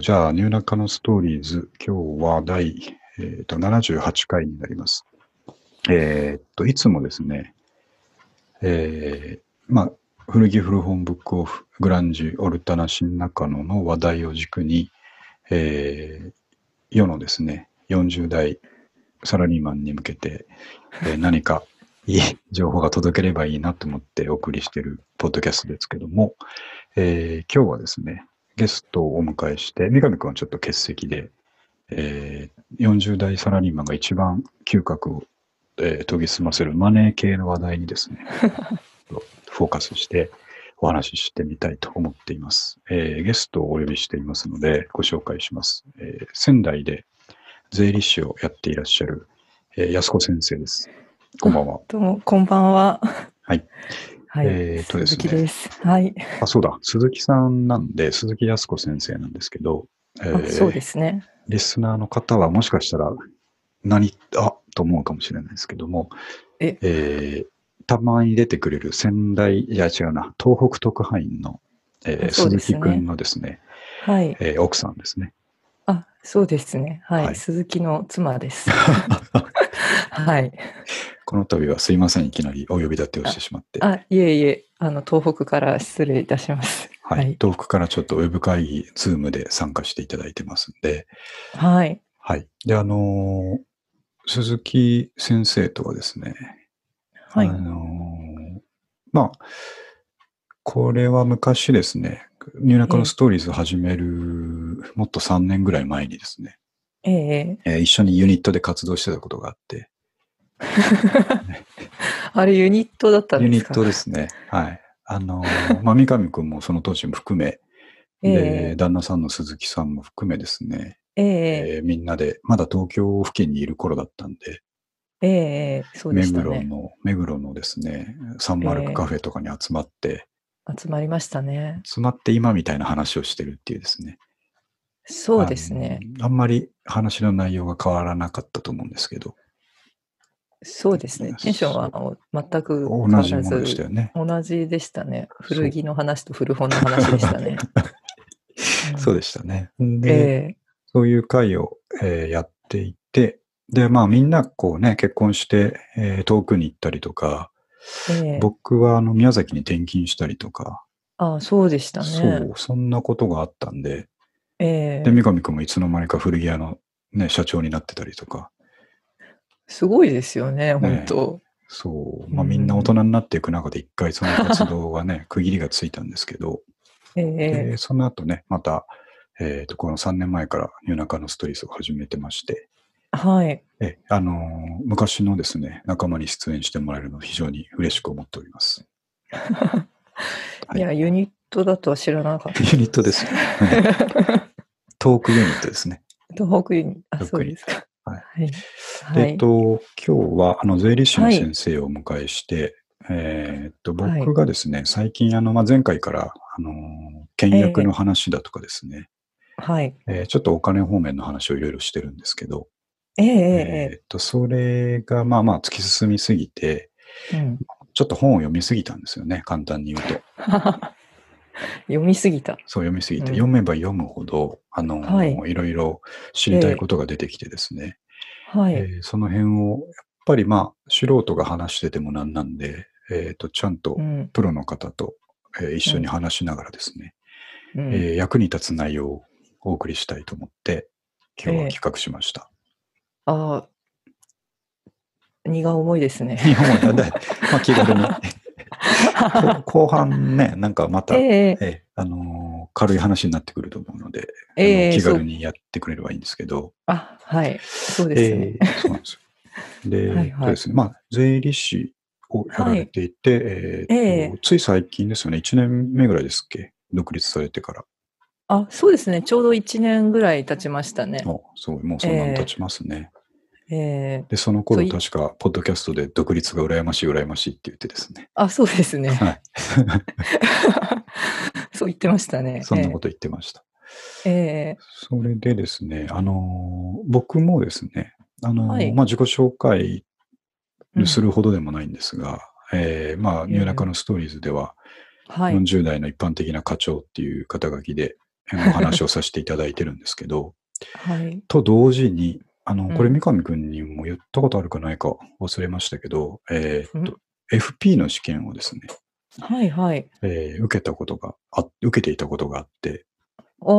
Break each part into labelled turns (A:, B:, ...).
A: じゃあ、ニューナカのストーリーズ、今日は第、えー、と78回になります。えーっと、いつもですね、えーまあ、古着古本ブックオフ、グランジ、オルタナ、新中野の話題を軸に、えー世のですね、40代サラリーマンに向けて、えー何かいい情報が届ければいいなと思ってお送りしているポッドキャストですけども、えー今日はですね、ゲストをお迎えして、三上君はちょっと欠席で、えー40代サラリーマンが一番嗅覚を、えー研ぎ澄ませるマネー系の話題に ですね、フォーカスしてお話ししてみたいと思っています。えーゲストをお呼びしていますので、ご紹介します。えー仙台で税理士をやっていらっしゃる、えー安子先生です。こんばん は。
B: どうも、こんばんは。
A: はい。
B: はい。
A: えーっとですね
B: 鈴木です。はい。
A: あ、そうだ。鈴木さんなんで、鈴木安子先生なんですけど、え
B: あ
A: ー
B: そうですね。
A: リスナーの方はもしかしたら、何、あと思うかもしれないですけども、
B: え
A: ーたまに出てくれる仙台、いや違うな、東北特派員の、えー
B: そう
A: 鈴
B: です
A: 木
B: ね
A: くんのですね、
B: はい。
A: えー奥さんですね。
B: あ、そうですね。はい。
A: はい
B: 鈴木の 妻です。はい。
A: この度はすいません、いきなりお呼び立てをしてしまって、
B: あ、いえいえ、あの、東北から失礼いたします。
A: はい
B: はい。
A: 東北からちょっとウェブ会議、ズームで参加していただいてますんで、
B: はい。
A: はい。で、あのー鈴木先生とはですね、
B: はい
A: あ。のーまあ、これは昔ですね、ニューナカのストーリーズを始める、もっと3年ぐらい前にですね、
B: ええ
A: えー一緒にユニットで活動してたことがあって、
B: あれ、ユニットだったん
A: ユ
B: で
A: ニ
B: す
A: ッ
B: か
A: トですね、はい。あの ーまあ、三上くんもその当時も含め、
B: え
A: で
B: え
A: 旦那さんの鈴木さんも含めですね、
B: ええ
A: えーみんなで、まだ東京付近にいる頃だったんで、
B: ええそうで
A: 目
B: した
A: 黒
B: ね。
A: の、目黒のですね、サンマルクカフェとかに集まって、
B: 集まりましたね。
A: 集まって今みたいな話をしてるっていうですね。
B: そうですね。
A: あの。あんまり話の内容が変わらなかったと思うんですけど、
B: そうですね。テンションはあの全く変
A: 同
B: わら
A: じものでし
B: ず
A: たよね。
B: 同じでしたね。
A: そう
B: 古着の話と古本の話でし たね。うん
A: そうでしたね。で、
B: え
A: そういう会を、えーやっていて、で、まあみんなこうね、結婚して、えー遠くに行ったりとか、
B: えええ
A: 僕はあの宮崎に転勤したりとか、
B: ああそうでしたね。
A: そう、そんなことがあったんで、
B: ええ
A: で、三上くんもいつの間にか古着屋のね、社長になってたりとか、
B: すごいですよね、本当。
A: そう、まあ
B: うん
A: みんな大人になっていく中で一回その活動がね、区切りがついたんですけど、
B: ええ
A: でその後ね、また、えーと、この3年前から夜中のストリースを始めてまして、
B: はい。
A: えあのー昔のですね、仲間に出演してもらえるのを非常に嬉しく思っております。はい
B: いや、ユニットだとは知らな かった。
A: ユニットです。はいトークユニットですね。
B: 東北ユニット。あ、
A: 東
B: そ
A: 北
B: う
A: ユニ
B: ですか。
A: は
B: はい。
A: で
B: は
A: えっ
B: い。
A: と、今日は、あの、税理士の
B: はい
A: 先生をお迎えして、えーっと、
B: はい
A: 僕がですね、最近、あの、まあ、前回から、あのー、倹約の話だとかですね、
B: はい。
A: えーちょっとお金方面の話をいろいろしてるんですけど、
B: えええ
A: えーっと、それが、まあまあ、突き進みすぎて、
B: えええうん
A: ちょっと本を読みすぎたんですよね、簡単に言うと。
B: 読みすぎた。
A: そう、読みすぎて、
B: うん
A: 読めば読むほど、あのー、
B: はい
A: いろいろ知りたいことが出てきてですね、
B: はい。
A: えーその辺を、やっぱりまあ、素人が話しててもなんなんで、えっ、と、ちゃんと
B: うん。
A: プロの方と、えー一緒に話しながらですね、
B: うん
A: えー役に立つ内容をお送りしたいと思って、今日は企画しました。
B: ああ、荷が重いで すね。
A: 日本は だんだん、まあ、気軽に。後後半ね、なんかまた、
B: え
A: え
B: え
A: ーあのー軽い話になってくると思うので、あの
B: ええ
A: 気
B: そ
A: 軽
B: う。
A: にやってくれればいいんですけど、
B: あ、はい。そうですね。
A: えーそうなんですよ。で、
B: はいはい
A: えっとですね、まあ、税理士をやられていて、えーっと
B: ええ
A: つい最近ですよね、1年目ぐらいですっけ、独立されてから。
B: あ、そうですね。ちょうど1年ぐらい経ちましたね。
A: あそう、もうそんなに経ちますね。
B: ええ
A: で、その頃
B: そう
A: 確か、ポッドキャストで独立が羨ましい、羨ましいって言ってですね、
B: あ、そうで すね。
A: はい、
B: そう言ってましたね。
A: そんなこと言ってました。
B: ええ
A: それでですね、あのー僕もですね、あのー
B: はい
A: まあ、自己紹介
B: ええ
A: するほどでもないんですが、えーまあ、
B: ええ
A: ニューラカのストーリーズでは、
B: うんはい。
A: 40代の一般的な課長っていう肩書きで、あのお 話をさせていただいてるんですけど、
B: はい。
A: と同時に、あの、これ
B: うん
A: 三上くんにも言ったことあるかないか忘れましたけど、えーっと
B: う、
A: FP の試験をですね、
B: はいはい。
A: えー受けたことがあ、受けていたことがあって、
B: おー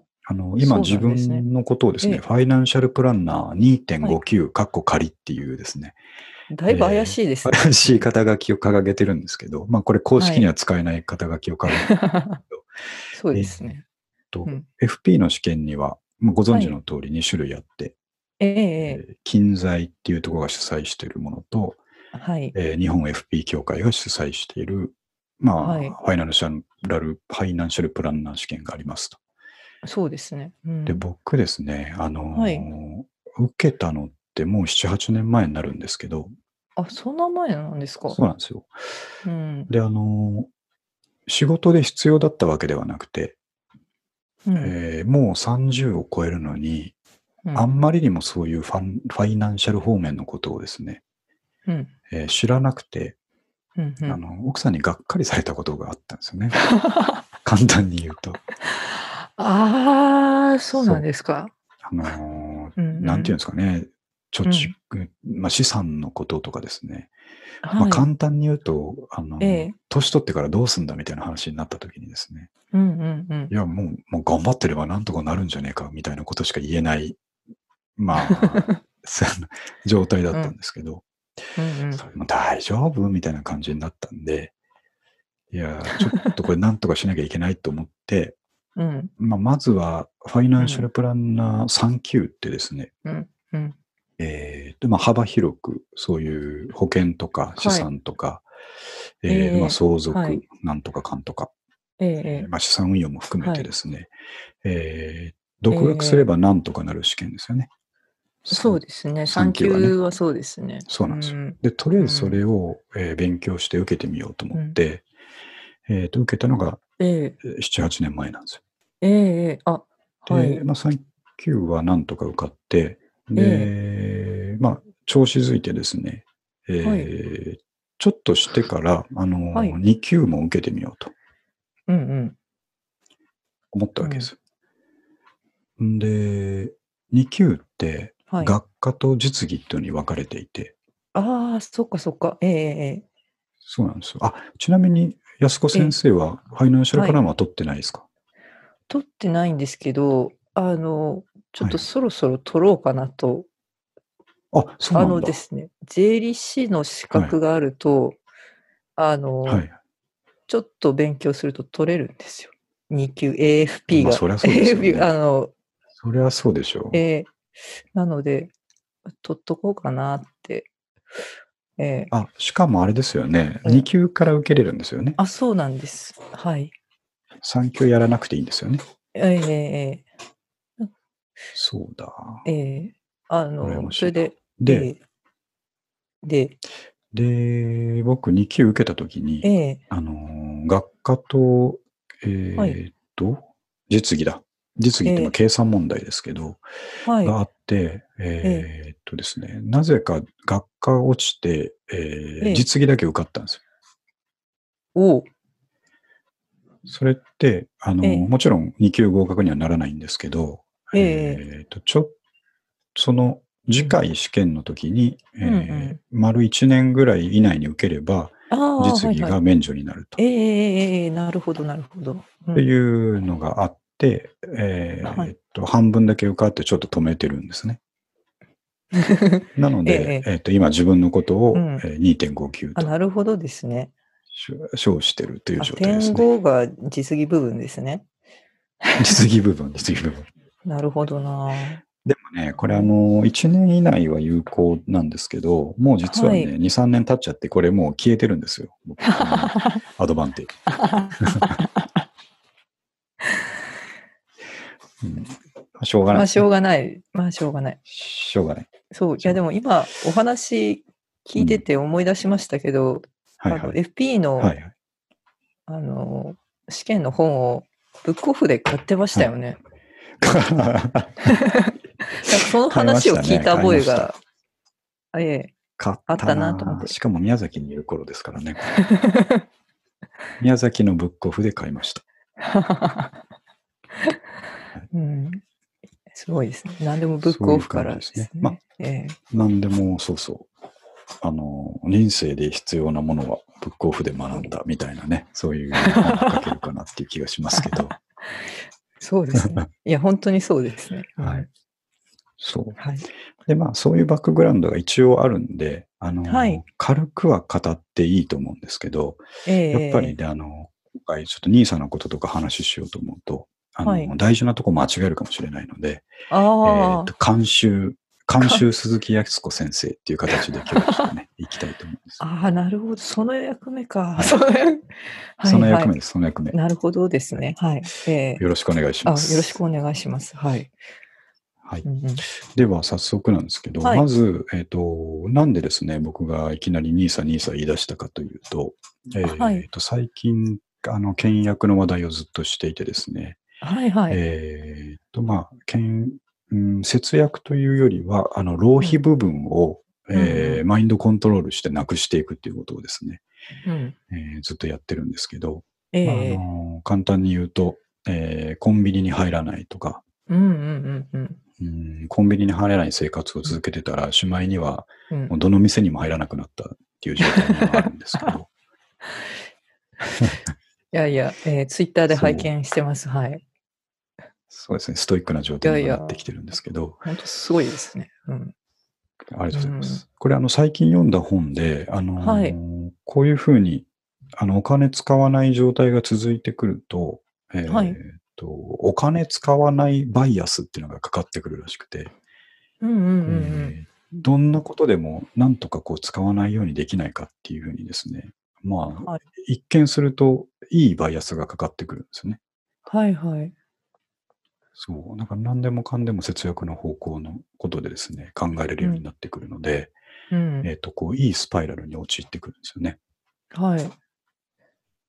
B: お
A: あの、今
B: そ
A: 自
B: うなんですね
A: 分のことをですね、
B: ええ
A: ファイナンシャルプランナー2.59、かっこ仮っていうですね、
B: ーおーだいぶ怪しいですね。
A: 怪しい肩書きを掲げてるんですけど、まあこれ公式には使えない肩書きを掲げてるん ですけ
B: そうですね。
A: ど、
B: うん
A: FP の試験には、まあご存知の通り2種類あって、
B: えええ
A: えー近在っていうところが主催しているものと、
B: えはい。
A: えー日本 FP 協会が主催している、まあ、
B: はい
A: ファイナンシャル、ファイナンシャルプランナー試験がありますと。
B: そうですね。うん
A: で、僕ですね、あのー
B: はい
A: 受けたのってもう7、8年前になるんですけど、
B: あ、そんな前なんですか。
A: そうなんですよ。
B: うん。
A: で、あのー仕事で必要だったわけではなくて、
B: うん
A: えーもう30を超えるのに、
B: うん
A: あんまりにもそういうファンファイナンシャル方面のことをですね、
B: うん
A: えー知らなくて、
B: うんうん
A: あの、奥さんにがっかりされたことがあったんですよ ね。簡単に言うと。
B: ああ、そうなんですか。
A: あの
B: うんうん
A: ーなんていうんですかね、貯蓄、まあ、資産のこととかですね。ま
B: は
A: あ、
B: い
A: 簡単に言うと、あのー
B: ええ
A: 年取ってからどうすんだみたいな話になった時にですね、
B: うんうんうん
A: い。や、もう、もう頑張ってればなんとかなるんじゃねえかみたいなことしか言えない、ま あ、その状態だったんですけど、
B: うんうん
A: それも大丈夫みたいな感じになったんで、いや、ちょっとこれなんとかしなきゃいけないと思って、
B: うん
A: まあ、まずは、ファイナンシャルプランナー3級ってですね、
B: うんうん
A: えーとまあ、幅広く、そういう保険とか
B: い
A: 資産とか、えー
B: ええ
A: まあ、相続、
B: はい
A: なんとかかんとか、
B: ええええ
A: まあ、資産運用も含め
B: は
A: て
B: い
A: ですね、えー独学すればなんとかなる試験ですよね。
B: そうですね。
A: 産
B: 産
A: 休はね
B: 休はそうですね。
A: そうなんですよ
B: よ。
A: で、とりあえずそれを、えー勉強して受けてみようと思って、えーと受けたのが
B: ええ
A: えー7、8年前なんですよ。
B: ええええあ、
A: で、
B: はい。
A: まあ、3級はなんとか受かって、で、まあ、調子づいてですね、えー
B: は
A: ちょっとしてから、あのー、
B: はい
A: 2級も受けてみようと
B: うんうん。
A: 思ったわけです。ん、で、2級って、
B: はい。
A: 学科と実技というのに分かれていて、
B: ああ、そっかそっか。えええ
A: そうなんですよ。あ、ちなみに、安子先生は、ファイナンシャルプランは取ってないですか、
B: え取ってないんですけど、あの、ちょっ
A: は
B: と
A: い
B: そろそろ取ろうかなと。
A: あ、そうな
B: あ
A: んだ。
B: のですね、税理士の資格があると、あの、
A: はい。
B: ちょっと勉強すると取れるんですよ。2級 AFP
A: ま
B: が。
A: あそりゃそうですよね
B: AFP あの、
A: そりゃそうでしょう。
B: えーなので、取っとこうかなって。えー
A: あ、しかもあれですよね。
B: うん
A: 2級から受けれるんですよね。
B: あ、そうなんです。はい。
A: 3級やらなくていいんですよね。
B: えーえ
A: そうだ。
B: ーえーあ
A: 羨
B: の、
A: ましい
B: それで、
A: で、
B: えーで、
A: で、僕2級受けたとき
B: え
A: に、
B: ー
A: あのー、学科と、え
B: は
A: ーっ
B: い
A: と、実技だ。実技ってま
B: え
A: あ
B: え
A: 計算問題ですけど、
B: はい。
A: があって、えーっとですね、なぜか学科が落ちて、えー
B: ええ
A: 実技だけ受かったんですよ。
B: おう
A: それって、あの、
B: ええ
A: もちろん2級合格にはならないんですけど、
B: ええ
A: ーっと、ちょ、その次回試験の時に、えー
B: うんうん
A: 丸1年ぐらい以内に受ければ、
B: ああ、
A: 実技
B: はいは
A: が
B: い。
A: 免除になると
B: えーえーえーなるほど、なるほど。うん
A: っていうのがあって、え
B: は
A: ー
B: い
A: っと、半分だけ受かってちょっと止めてるんですね。なので、え
B: え
A: ーっと、今自分のことを、
B: うん
A: えー2.59
B: あ
A: と
B: なるほどですね。
A: 称してるという
B: あ
A: 状態です
B: 点
A: ね。
B: 5が実技部分ですね。
A: 実技部分、実技部分。
B: なるほどなぁ。
A: でもね、これあの、1年以内は有効なんですけど、もう実はね、
B: は
A: 2、3年経っちゃって、これもう消えてるんですよ。僕あ のアドバンテージ。うんしょうが
B: ま
A: ない
B: あ、しょうがない。まあ、しょうがない。
A: しょうがない。
B: そう。いや、でも今、お話聞いてて思い出しましたけど、
A: はい
B: あの
A: はい。
B: FP の、
A: はいはい、
B: あの、試験の本を、ブックオフで買ってましたよね。 なんかその話を聞いた覚えが、え
A: 買
B: あったなと思って
A: しかも宮崎にいる頃ですからね。 宮崎のブックオフで買いました。
B: え。うん。すごいですね。何でもブックオフからですね。
A: そういう感
B: ええ
A: 何でもそうそう。あの、人生で必要なものはブックオフで学んだみたいなね、そういう本が書けるかなっていう気がしますけ ど、
B: そうです ね。いや、本当にそうですね。うん
A: はい。そう。
B: はい。
A: で、まあ、そういうバックグラウンドが一応あるんで、あの、
B: はい
A: 軽くは語っていいと思うんですけど、
B: ええ
A: やっぱりね、あの、今回ちょっと兄さんのこととか話ししようと思うと、あの、
B: はい
A: 大事なとこ間違えるかもしれないので、え
B: あ
A: ー、
B: あ、
A: と監修、監修鈴木康子先生っていう形で今日はちょっ とね、行きたいと思うんです。
B: ああ、なるほど。その役目か。
A: い
B: その役
A: その
B: はい
A: 役
B: は
A: 目
B: い。
A: です、その役目。よ
B: なるほどですね。はい。ええ
A: ろしくお願いしま
B: あ、よろ
A: す。
B: しくお願いします。はい。
A: はい。
B: うんうん
A: では、早速なんですけど、
B: はい
A: まず、えっ、と、なんでですね、僕がいきなりニーサニーサ言い出したかというと、えっ、
B: はい
A: と、最近、あの、倹約の話題をずっとしていてですね、
B: はいはい。
A: えっ、と、まあ、倹うん、節約というよりは、あの、浪費部分を、
B: うん
A: えー
B: う
A: マインドコントロールしてなくしていくっていうことをですね、
B: うん
A: えーずっとやってるんですけど、
B: え
A: まああ
B: え
A: のー簡単に言うと、えーコンビニに入らないとか、
B: うんうんうん
A: うん、コンビニに入らない生活を続けてたら、しまいには
B: うんう。
A: もうんどの店にも入らなくなったっていう状態にはあるんですけ ど、
B: いやいや、えー、ツイッターで拝見してます。はい。
A: そうですね、ストイックな状態にはなってきてるんですけど、
B: 本当すごいですね。うん。
A: ありがとうございます。これ、あの、最近読んだ本で、あのー
B: はい
A: こういうふうに、あの、お金使わない状態が続いてくると、えー
B: はい
A: とお金使わないバイアスっていうのがかかってくるらしくて、
B: うんうんうんうん。
A: えーどんなことでもなんとかこう使わないようにできないかっていうふうにですね、まあ、
B: はい
A: 一見するといいバイアスがかかってくるんですよね。
B: はいはい。
A: そう。なんか何でもかんでも節約の方向のことでですね、考えれるようになってくるので、
B: うん。
A: えっ、と、こう、いいスパイラルに陥ってくるんですよね。
B: はい。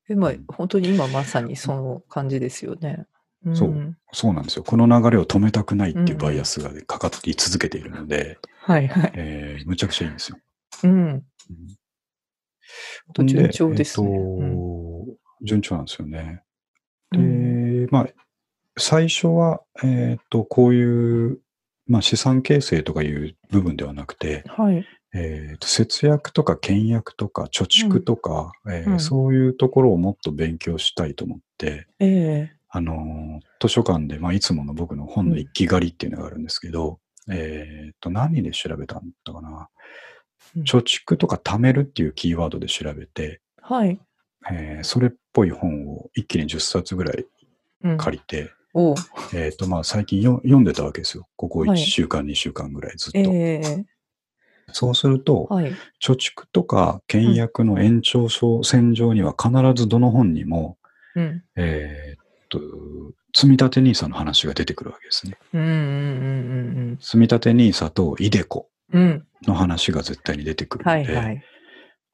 B: え、まあ、本当に今まさにその感じですよね。うん、
A: そうそうなんですよ。この流れを止めたくないっていうバイアスがかかってい続けているので、
B: はいはい。
A: えーむちゃくちゃいいんですよ。
B: うん。と
A: ん
B: 順調ですね
A: えっと順調なんですよね。で、まあ、最初は、えっ、と、こういう、まあ、資産形成とかいう部分ではなくて、
B: はい。
A: えっと節約とか倹約とか貯蓄とか、えー
B: うん
A: そういうところをもっと勉強したいと思って、
B: ええ
A: あのー図書館で、まあ、いつもの僕の本の一気狩りっていうのがあるんですけど、えっと、何で調べたんだったかな。
B: うん
A: 貯蓄とか貯めるっていうキーワードで調べて、
B: はい。
A: えーそれっぽい本を一気に10冊ぐらい
B: うん、
A: 借りて、
B: おう
A: えっ、と、まあ、最近よ読んでたわけですよ。ここ1
B: はい
A: 週間、2週間ぐらいずっと。
B: ええ
A: そうすると、
B: はい。
A: 貯蓄とか倹約の延長線上には必ずどの本にも、
B: うん。
A: えーっと、積み立て NISA の話が出てくるわけですね。
B: うんうんうん
A: 積み立て NISA と iDeCo
B: うんうん。うん。
A: の話が絶対に出てくる
B: は
A: の
B: い
A: で、
B: はい。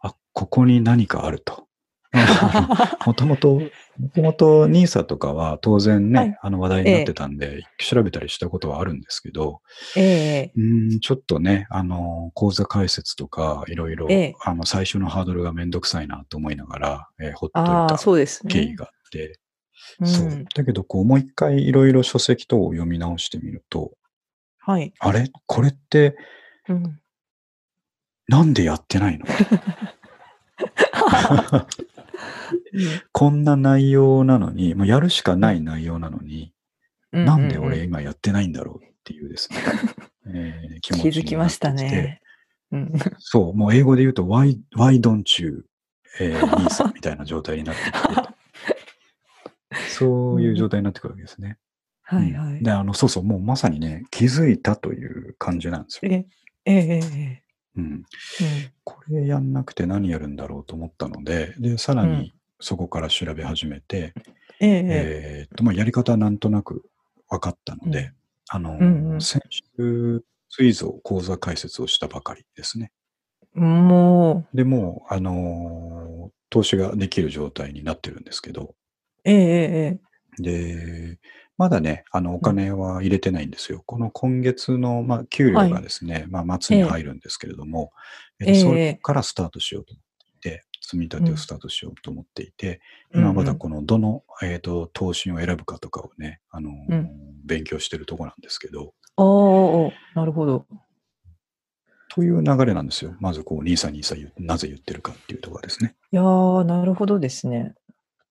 A: あ、ここに何かあると。 もともと、もともと NISA とかは当然ね、
B: はい
A: あの話題になってたんで、調べたりしたことはあるんですけど、
B: ええ
A: うーん、ちょっとね、あの、講座解説とか、いろいろ
B: ええ、
A: あの、最初のハードルがめんどくさいなと思いながら、えーほっとい
B: ああ、
A: た
B: そうですね。
A: 経緯があって、
B: うん、
A: そう。だけど、こう、もう一回いろいろ書籍等を読み直してみると、
B: はい。
A: あれこれって、
B: うん、
A: なんでやってない のこんな内容なのに、もうやるしかない内容なのに、
B: う
A: なんで俺
B: う
A: 今やってないんだろうっていう ですね、えー気持ちにな
B: 気
A: ってき
B: づきました
A: て。
B: ね。うん、
A: そう、もう英語で言うと、why, why don't you, えー、 兄さんみたいな状態になってきて、そういう状態になってくるわけですね。
B: は
A: う
B: い
A: ん
B: はい。
A: で、あの、そうそう、もうまさにね、気づいたという感じなんですよ。
B: ええええ
A: うん。
B: ええ
A: これやんなくて何やるんだろうと思ったので、で、さら
B: うん
A: にそこから調べ始めて、
B: えええ
A: えーっと、まあ、やり方はなんとなく分かったので、
B: うん
A: あの、
B: うんうん
A: 先週、水蔵講座解説をしたばかりですね。
B: えも
A: で、もう、あのー投資ができる状態になってるんですけど、
B: う、えええ
A: で、まだね、あの、お金は入れてないんですよ。この今月の、まあ、給料がですね、まあ、末に入るんですけれども、えっと
B: えええ
A: それからスタートしようと思っていて、積み立てをスタートしようと思っていて、
B: うん
A: 今まだこのどの、えー、と投資を選ぶかとかをね、あのー
B: うん
A: 勉強してるとこなんですけど、
B: あーあー、なるほど。
A: という流れなんですよ。まずこう、ニーサニーサ言うなぜ言ってるかっていうところですね。
B: いやー、なるほどですね。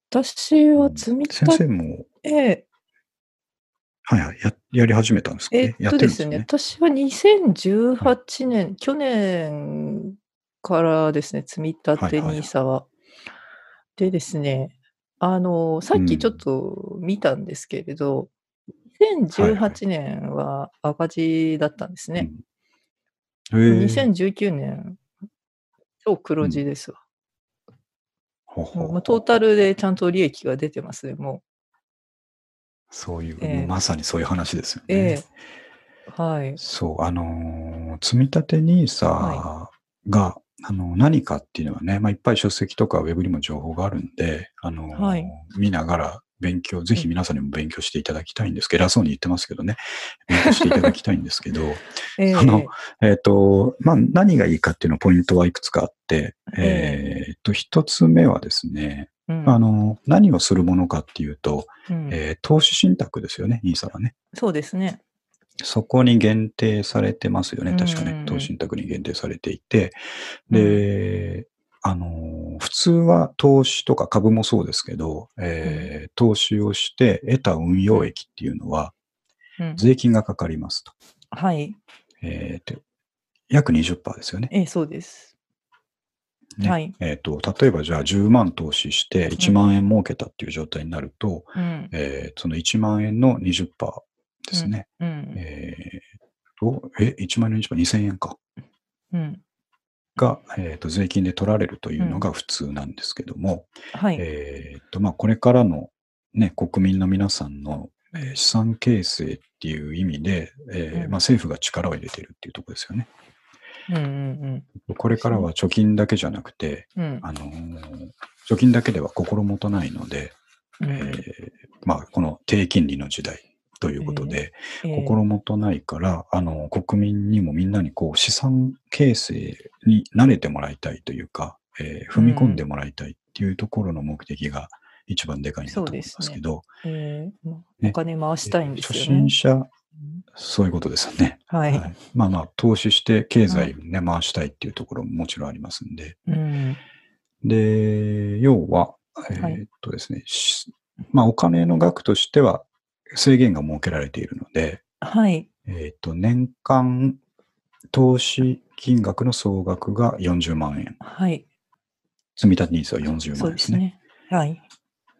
B: 私は積み立
A: 先生
B: て、
A: も、
B: え
A: はいはい、ややり始めたんですかね。
B: えっ
A: やっ
B: と
A: てるん
B: で
A: です
B: す
A: よ
B: ね、
A: ね。
B: 私は2018年、去年からですね、積み立て
A: はいはい
B: NISA は。でですね、あの、さっ
A: う
B: き
A: ん
B: ちょっと見たんですけれ
A: は
B: ど、
A: いはい
B: 2018年は赤字だったんですね。
A: うんへー
B: 2019年、超黒字ですわ。
A: ほうほうほう
B: もうトータルでちゃんと利益が出てますね、もう。
A: そういう、
B: ええ
A: もうまさにそういう話ですよね。
B: ええはい。
A: そう、あのー積み立て NISA が、あの何かっていうのはね、まあ、いっぱい書籍とかウェブにも情報があるんで、あのー
B: はい
A: 見ながら勉強、ぜひ皆さんにも勉強していただきたいんですけど、偉そうに言ってますけどね、勉強していただきたいんです けど、
B: ええ
A: あのえっと、まあ、何がいいかっていうのポイントはいくつかあって、え
B: え
A: っと、一つ目はですね、
B: うん
A: あの、何をするものかっていうと、
B: うん
A: えー投資信託ですよね、NISA はね。
B: そうですね。
A: そこに限定されてますよね、確か
B: うんうんう
A: ね。
B: ん
A: 投資信託に限定されていて。
B: うん
A: で、あのー、普通は投資とか株もそうですけど、えー投資をして得た運用益っていうのは
B: うん
A: 税金がかかりますと。
B: はい。
A: えーと約20%ですよね。
B: ええそうです。
A: ね
B: はい。
A: えっ、と、例えばじゃあ10万投資して1万円儲けたっていう状態になると、
B: うん。
A: えーその1万円の20%ですね。
B: うん。
A: えーと、え、1万円の20%、2000円か。
B: うん。
A: が、えー、と税金で取られるというのが普通なんですけども、
B: はい。
A: えーとまあ、これからの、ね、国民の皆さんの、えー資産形成っていう意味で、えー
B: う
A: まあ、
B: ん
A: 政府が力を入れてるっていうところですよね。
B: うんうん
A: これからは貯金だけじゃなくて、
B: うん。うん
A: あのー貯金だけでは心もとないので、
B: うん
A: えーまあ、この低金利の時代ということで、
B: ええ
A: 心もとないから、あの、国民にもみんなにこう、資産形成に慣れてもらいたいというか、えー踏み込んでもらいたいっていうところの目的が一番でかいんだと思いますけど、
B: ええま
A: ね
B: お金回したいんです
A: 初
B: よ
A: 心。
B: ね
A: 者、
B: うん
A: そういうことですよね。
B: は。
A: はいいまあまあ、投資して経済をね、回したいっていうところももちろんありますんで。
B: うん。
A: で、要は、え
B: はい
A: ーっとですね、しまあお金の額としては制限が設けられているので、
B: はい。
A: えっ、と、年間投資金額の総額が40万円。
B: はい。
A: 積立ニーズは40
B: そ
A: 万円
B: うで
A: です
B: す
A: ね。
B: ね。はい。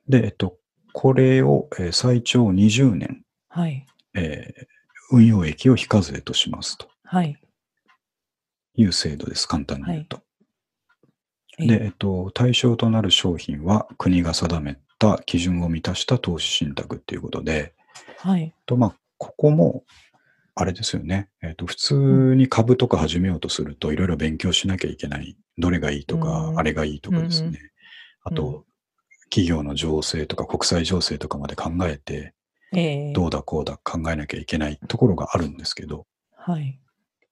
A: でえっ、と、これを、えー最長20年、
B: はい。
A: えー運用益を非課税としますと
B: はい。
A: いう制度です。簡単に言うと。
B: ええ
A: で、えっ、と、対象となる商品は国が定めた基準を満たした投資信託っていうことで、
B: はい。
A: と、まあ、ここも、あれですよね。えっ、と、普通に株とか始めようとすると、いろいろ勉強しなきゃいけない。どれがいいとか
B: う、ん
A: あれがいいとかです
B: うんう
A: ね。あ
B: う
A: と、企業の情勢とか国際情勢とかまで考えて、
B: ええ
A: どうだこうだ考えなきゃいけないところがあるんですけど。
B: はい。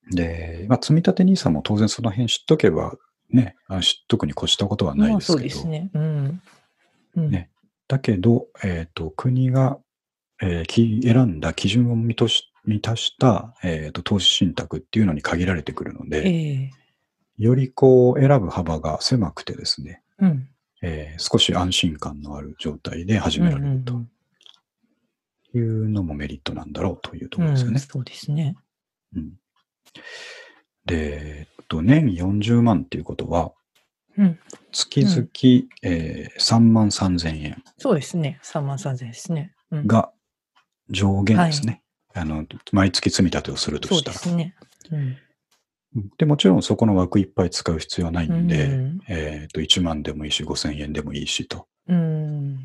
A: で、まあ、積立 NISA も当然その辺知っとけば、ね、あ知っとくに越したことはない
B: まあ
A: です
B: そう
A: け
B: で
A: ど。
B: すね。うん。うん
A: ねだけど、えっ、と、国が、えーき選んだ基準を満たし満たした、えー、と投資信託っていうのに限られてくるので、
B: ええ
A: よりこう、選ぶ幅が狭くてですね、
B: うん。
A: えー少し安心感のある状態で始められる
B: う
A: と
B: んうん
A: いうのもメリットなんだろうというとこ
B: う
A: ろ
B: ん
A: ですよ
B: うん
A: ね。
B: そうですね。
A: うんで、えっと、年40万っていうことは、
B: うん。
A: 月々、えー3万3000円
B: そうですね。3万3000円ですね。うん、
A: が上限ですね。あの毎月積み立てをすると
B: そう
A: した
B: で
A: ら。
B: すね。うん
A: で、もちろんそこの枠いっぱい使う必要はないんで、
B: うん
A: えっ、と、1万でもいいし、5000円でもいいしと。
B: うん。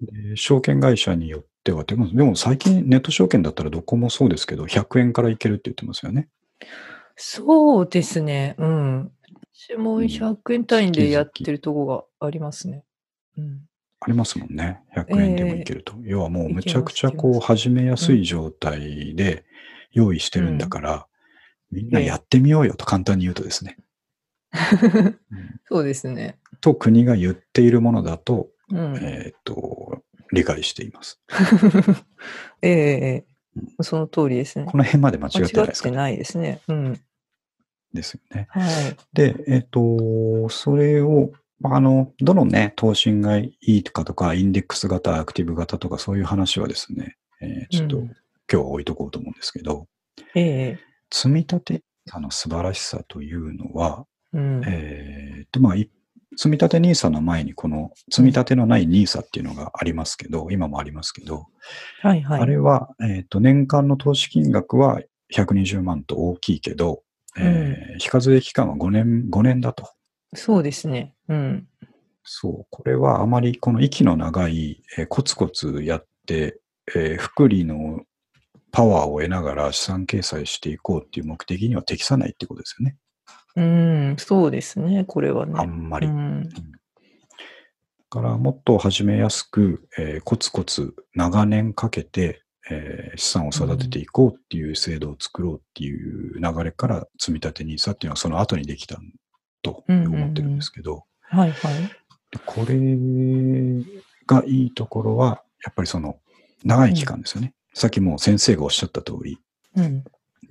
A: で証券会社によっては、でも、でも最近ネット証券だったらどこもそうですけど、100円からいけるって言ってますよね。
B: そうですね。うん。私も
A: うん
B: 100円単位でやってるとこがありますね。うん。
A: ありますもんね。100円でもいけると。要はもう
B: いけま
A: む
B: す
A: ちゃくちゃこ
B: いうけ
A: 始めやすい状態で用意してるんだから、みんなやってみようよと簡単に言うとですね。
B: そうですね。
A: と国が言っているものだと、
B: うん。
A: えーっと、理解しています。
B: ええええその通りですね。
A: この辺まで間違
B: 間
A: ってない
B: 違っ
A: ですか
B: てないですね。うん。
A: ですよね。
B: はい。
A: で、えっ、と、それを、まああの、どのね、投信がいいかとか、インデックス型、アクティブ型とか、そういう話はですね、えーちょっと、
B: うん
A: 今日は置いとこうと思うんですけど、
B: ええ
A: 積み立て NISA の素晴らしさというのは、
B: うん。
A: えーと、まあ、い積み立て NISA の前に、この積み立てのない NISA っていうのがありますけど、今もありますけど、
B: はいはい。
A: あれは、えーと、年間の投資金額は120万と大きいけど、えー非課税期間は5年、5年だと。
B: そうですね。うん。
A: そう、これはあまりこの息の長い、えーコツコツやって、えー福利のパワーを得ながら資産掲載していこうっていう目的には適さないってことですよね。
B: うん、そうですね。これはね。
A: あんまり。
B: う
A: だ
B: ん。
A: からもっと始めやすく、えーコツコツ長年かけて、えー資産を育てていこうっていう制度を作ろうっていう流れから積み立て NISA っていうのはその後にできたと思ってるんですけど、
B: はいはい。
A: これがいいところは、やっぱりその長い期間ですよね。さっきもう先生がおっしゃった通り、
B: うん。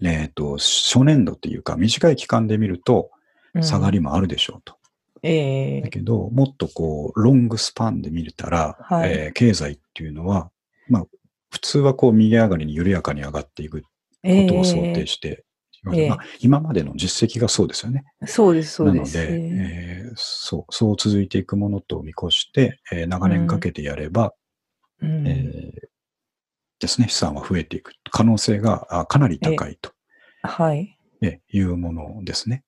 A: えっ、と、初年度っていうか短い期間で見ると
B: うん
A: 下が。りもあるでしょうと。
B: え
A: だ
B: え
A: けど、もっとこう、ロングスパンで見れたら、
B: はい
A: えー経済っていうのは、まあ、普通はこう右上がりに緩やかに上がっていくこ
B: え
A: とを想定
B: え
A: して、
B: ええ
A: まあ、今までの実績がそうですよね。
B: そうです、そうです。
A: なので、えーそう、そう続いていくものと見越して、えー長年かけてやれば、
B: うん
A: えーですね、資産は増えていく可能性があかなり高いと
B: はい。
A: えーいうものですね。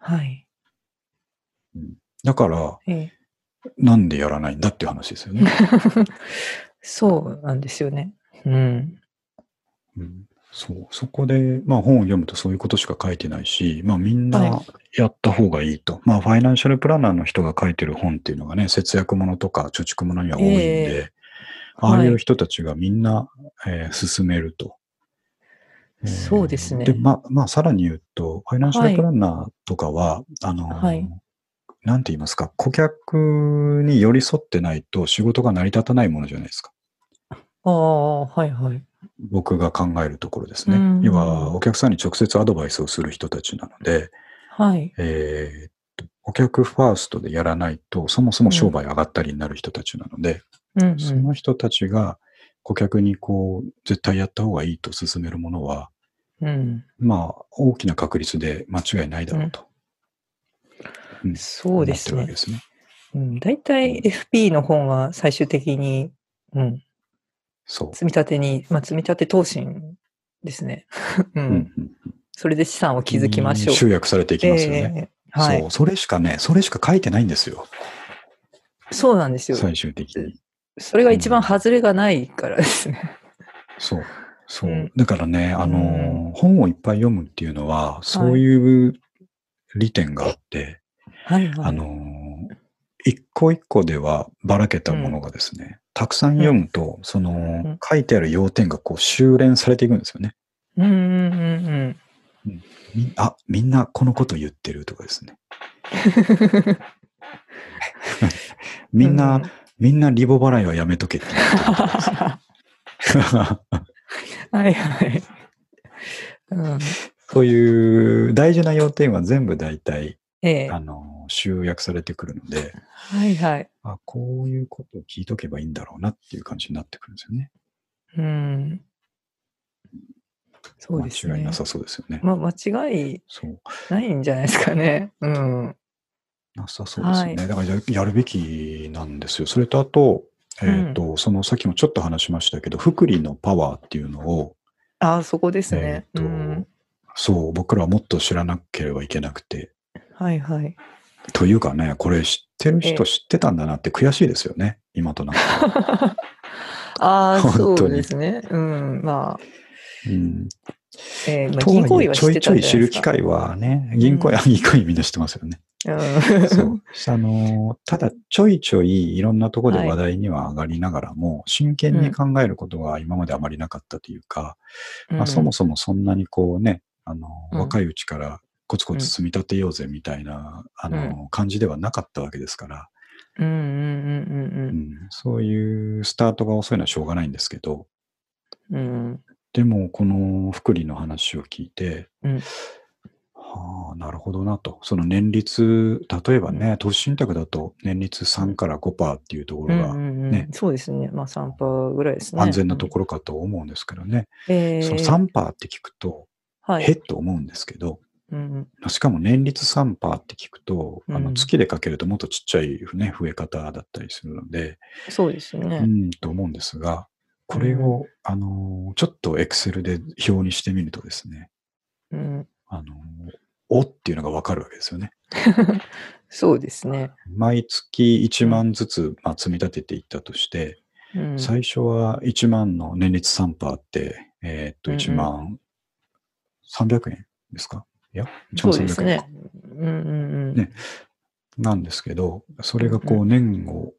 B: はい。
A: だから、
B: え え
A: なんでやらないんだっていう話ですよね。
B: そうなんですよね。うん。
A: うんそうそこで、まあ、本を読むとそういうことしか書いてないし、まあ、みん
B: は
A: なやった方がいいと、まあ、ファイナンシャルプランナーの人が書いてる本っていうのがね節約ものとか貯蓄ものには多いんで、
B: え
A: ああい
B: は
A: う
B: い
A: 人たちがみんな、えー進めると。えー
B: そうですね
A: で、ま、まあ、さらに言うと、ファイナンシャルプランナーとかは、あのー、
B: はい
A: なんて言いますか、顧客に寄り添ってないと仕事が成り立たないものじゃないですか。
B: ああ、はいはい。
A: 僕が考えるところですね。
B: うん
A: 要は、お客さんに直接アドバイスをする人たちなので、
B: はい。
A: えーっとお客ファーストでやらないと、そもそも商売上がったりになる人たちなので、
B: うん、うん。
A: その人たちが顧客にこう、絶対やった方がいいと勧めるものは、
B: うん。
A: まあ、大きな確率で間違いないだろうと。うん
B: そう
A: 思っ
B: で
A: て
B: す
A: るわけ
B: ね
A: で。すね。
B: うん、大体 FP の本は最終的に、うん、
A: そう。
B: 積み立てに、まあ、積み立て投信ですね。 う、
A: うんんうん
B: それで資産を築きましょう。
A: 集約されていきますよね。
B: ええはい
A: そう。それしかね、それしか書いてないんですよ。
B: そう。なんですよ。
A: 最終的に。
B: それが一番外れがないからですね。
A: そう。そう。
B: うん
A: だからね、あのー
B: う
A: 本をいっぱい読むっていうのは、そういう利点があって、
B: はいはい。
A: あのー一個一個ではばらけたものがですね、たくさん読むと、その
B: ん、
A: 書いてある要点がこう修練されていくんですよね。
B: うんうんうんうん。
A: みあ、みんなこのこと言ってるとかですね。みんな、
B: う
A: みんなリボ払いはやめとけって言ってるとかですね。
B: は いはい。うん、
A: そういう大事な要点は全部大体、
B: ええ
A: あの、集約されてくるので、
B: はいはい。
A: あ、こういうことを聞いとけばいいんだろうなっていう感じになってくるんですよね。
B: うん。そうですね。
A: 間違いなさそうですよね。
B: まあ、間違い
A: そう。
B: ないんじゃないですかね。うん。
A: なさそうですよね。
B: は
A: だからややるべきなんですよ。それとあと、えっ、と、そのさっきもちょっと話しましたけど、福利のパワーっていうのを、
B: ああ、そこです
A: え
B: ね。
A: っ、と、
B: うん、
A: そう、僕らはもっと知らなければいけなくて、
B: はいはい。
A: というかね、これ知ってる
B: え
A: 人
B: え
A: 知ってたんだなって悔しいですよね、今となっては。
B: ああ、そ
A: 本当
B: う
A: に
B: ですね。うん。まあ、
A: うん、
B: え ーまあ、
A: とはいえ
B: 銀行員は
A: ち
B: 知
A: ょ
B: って
A: いち
B: た
A: ょ
B: ん
A: い
B: じゃ
A: 知
B: ない
A: る
B: です
A: 機
B: か。
A: 会はね、銀行員、あ 銀行員みんな知ってますよね。
B: うん
A: そう。 あの、ただちょいちょいいろんなところで話題には上がりながらも、真剣に考えることが今まであまりなかったというか、まあ、そもそもそんなにこうね、あの、
B: うん
A: 若いうちからコツコツ積み立てようぜみたいな、あの感じではなかったわけですから、
B: うんうん
A: う
B: うん
A: ん、そういうスタートが遅いのはしょうがないんですけど、
B: うんうん。
A: でも、この福利の話を聞いて、
B: うん
A: はあ、なるほどなと。その年率、例えばね、投資信託だと年率3から5%っていうとこ
B: う
A: ろ
B: ん
A: が
B: うんう
A: ね
B: ん、そうですね。まあ3パーぐらいですね。
A: 安全なと
B: こ。
A: ころかと思うんですけどね。
B: え
A: その
B: ー、
A: 3%って聞くと、
B: は
A: へっ
B: い。
A: と思うんですけど、
B: うん
A: しかも年率3%って聞くと、あ
B: う
A: の
B: ん
A: 月でかけるともっとちっちゃい、ね、増え方だったりするので、
B: そうです
A: う
B: ね。
A: ん、と思うんですが、これを、あの、ちょっとエクセルで表にしてみるとですね、
B: うん、
A: あの、おっていうのがわかるわけですよね。
B: そうですね。
A: 毎月1万ずつ、まあ、積み立てていったとして、
B: うん、
A: 最初は1万の年率3%って、えーっと、
B: うんうん
A: 1万300円ですかいや、1
B: そ
A: 万
B: うです
A: 300円
B: ね
A: か。。
B: うんうんうん。
A: ねなんですけど、それがこ
B: うん
A: う年を、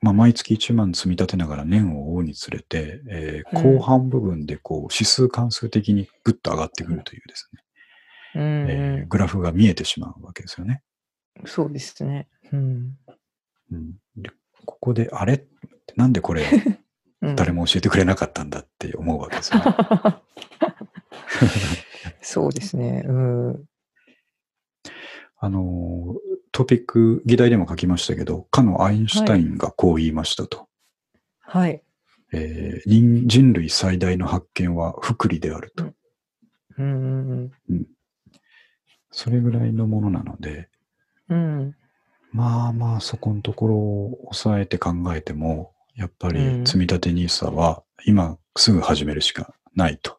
A: まあ、毎月1万積み立てながら年を追うにつれて、えー
B: うん
A: 後半部分でこう指数関数的にぐっと上がってくるというですね、
B: うん
A: えー
B: う
A: グラフが見えてしまうわけですよね。
B: ん、そうですね。うん
A: うん、でここで、あれなんでこれ
B: うん、
A: 誰も教えてくれなかったんだって思うわけですよね。
B: そうですね。うん。
A: あのー、トピック、議題でも書きましたけど、かのアインシュタインがこう言いましたと。
B: はい。
A: えー人人類最大の発見は福利であると。
B: うん
A: それぐらいのものなので、
B: うんうん。うん。
A: まあまあそこのところを抑えて考えても、やっぱ
B: う
A: り
B: ん
A: 積み立て NISA は今すぐ始めるしかないと。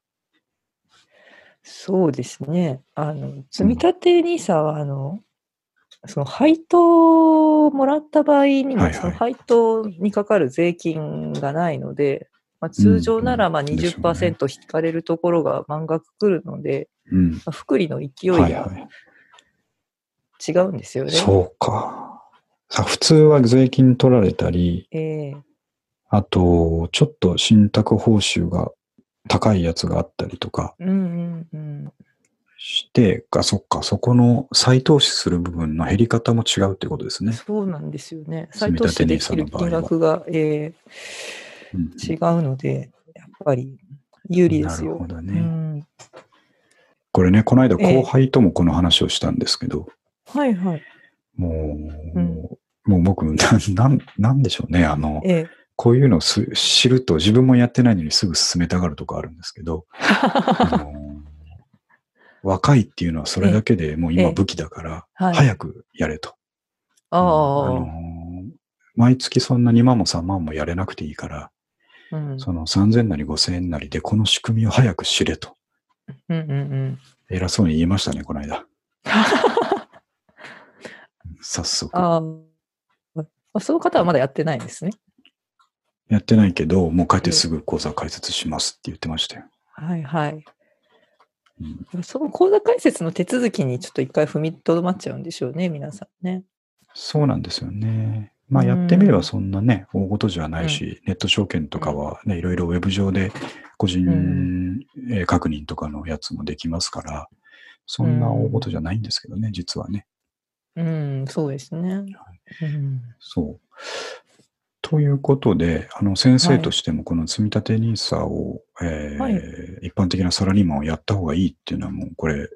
B: そうですね。あの、積み立て NISA は、あの、その配当をもらった場合にも、
A: はいはい
B: その配当にかかる税金がないので、まあ、通常ならまあ
A: うんうんですよね
B: 20%引かれるところが満額くるので、
A: うん。
B: まあ福利の勢い
A: はい
B: が
A: は
B: 違うんですよ
A: い。
B: ね。
A: そうか。さ普通は税金取られたり、
B: ええ
A: あと、ちょっと信託報酬が高いやつがあったりとか
B: うんうんうん。
A: して、あ、そっか、そこの再投資する部分の減り方も違うってことですね。
B: そうなんですよね。
A: 積
B: 再
A: み
B: 投
A: 立て
B: 資
A: NISA の
B: できる
A: 場合は
B: 金額が、ええ
A: うん
B: 違うので、やっぱり有利です
A: な
B: よ。
A: るほど
B: う
A: ね。
B: ん、
A: これね、この間
B: ええ
A: 後輩ともこの話をしたんですけど、
B: はいはい。
A: もう、
B: うん
A: もう僕、 な、なん、なんでしょうね。あの、
B: ええ
A: こういうのをす知ると自分もやってないのにすぐ進めたがるとこあるんですけ ど、あの若いっていうのはそれだけでもう
B: え
A: 今
B: え
A: 武器だから、
B: はい
A: 早くやれと。
B: あ
A: あ
B: あ、
A: の毎月そんな2万も3万もやれなくていいから、
B: うん、
A: その3000なり5000円なりでこの仕組みを早く知れと。
B: うんうんうん。
A: 偉そうに言いましたね、この 間。早速。
B: ああ、その方はまだやってないんですね。
A: やってないけど、もう帰ってすぐ講座開設しますって言ってましたよ。
B: はいはい。
A: うん
B: その口座開設の手続きにちょっと一回踏みとどまっちゃうんでしょうね、皆さんね。
A: そうなんですよね。まあ
B: うん
A: やってみればそんなね、大事じゃないし、ネット証券とかはね、いろいろウェブ上で個人
B: うん
A: えー確認とかのやつもできますから、そんな大事じゃないんですけどね、実はね。
B: うん、そうですね。うん、
A: そう。ということで、あの先生としてもこの積み立て NISA を、えー
B: はい
A: 一般的なサラリーマンをやった方がいいっていうのはもうこれ、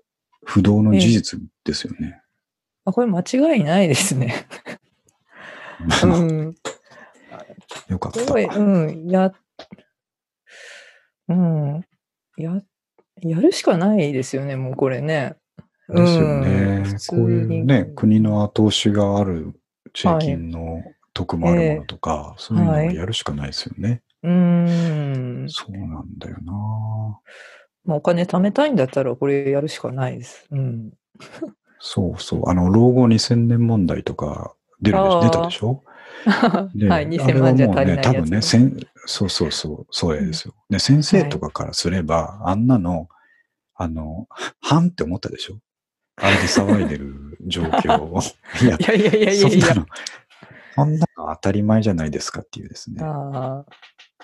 A: 不動の事実ですよね。
B: あこれ間違いないですね。うん、
A: よかった。
B: すごい、うん、や、うん、や、やるしかないですよね、もうこれね。
A: ですよね。
B: 普通
A: こういうね、
B: に
A: 国の後押しがある地域の得もあるものとか、そういうのをやるしかないですよね。
B: うん。
A: そうなんだよな。
B: まあ、お金貯めたいんだったらこれやるしかないです。うん。
A: そうそう。あの、老後2000年問題とか出るで
B: あー
A: 出たでしょ
B: は
A: で
B: い、
A: あれ
B: 2000
A: は
B: 万じゃ
A: もう
B: 足り
A: ね、
B: ない
A: 多
B: や
A: 分
B: つ、
A: ね、せんそうそうそう、そうやですよ。で、先生とかからすれば、あんなの、あの、はんって思ったでしょあれで騒いでる状況を。いや
B: い、やいやいやい
A: そ
B: や
A: ん
B: い
A: な
B: や。
A: の、そんなの当たり前じゃないですかっていうですね。
B: ああ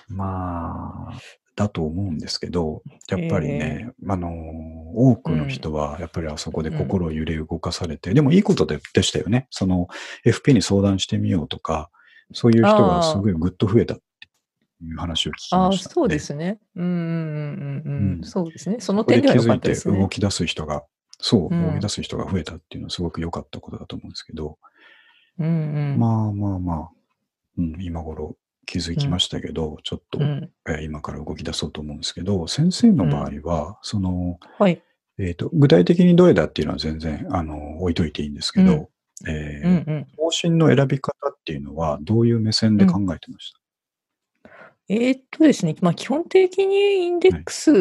A: まあ、だと思うんですけど、やっぱりね、あのー多くの人はやっぱりあそこで心を揺れ動かされて、でもいいことででしたよね。その FP に相談してみようとか、そういう人がすごいぐっと増えたっていう話を聞き
B: あ
A: ま
B: あ、
A: した
B: そう
A: ので
B: ですね。うんうんうんうん
A: う
B: うんん。そうですね。その
A: これ
B: 点
A: で
B: では
A: 気
B: 良か
A: づい
B: った
A: て
B: ですね
A: 動。き出す人が、そう、
B: う
A: 動
B: ん
A: き出す人が増えたっていうのはすごく良かったことだと思うんですけど、
B: うんうん。
A: まあまあまあ、うん、今頃気づきましたけど、ちょっと、
B: うん
A: えー今から動き出そうと思うんですけど、先生の場合は、その、
B: はい。
A: えっ、と、具体的にどれだっていうのは全然、あの、置いといていいんですけど、えー
B: うんうん。
A: 方針の選び方っていうのは、どういう目線で考えてまし
B: えーっとですね、まあ、基本的にインデックス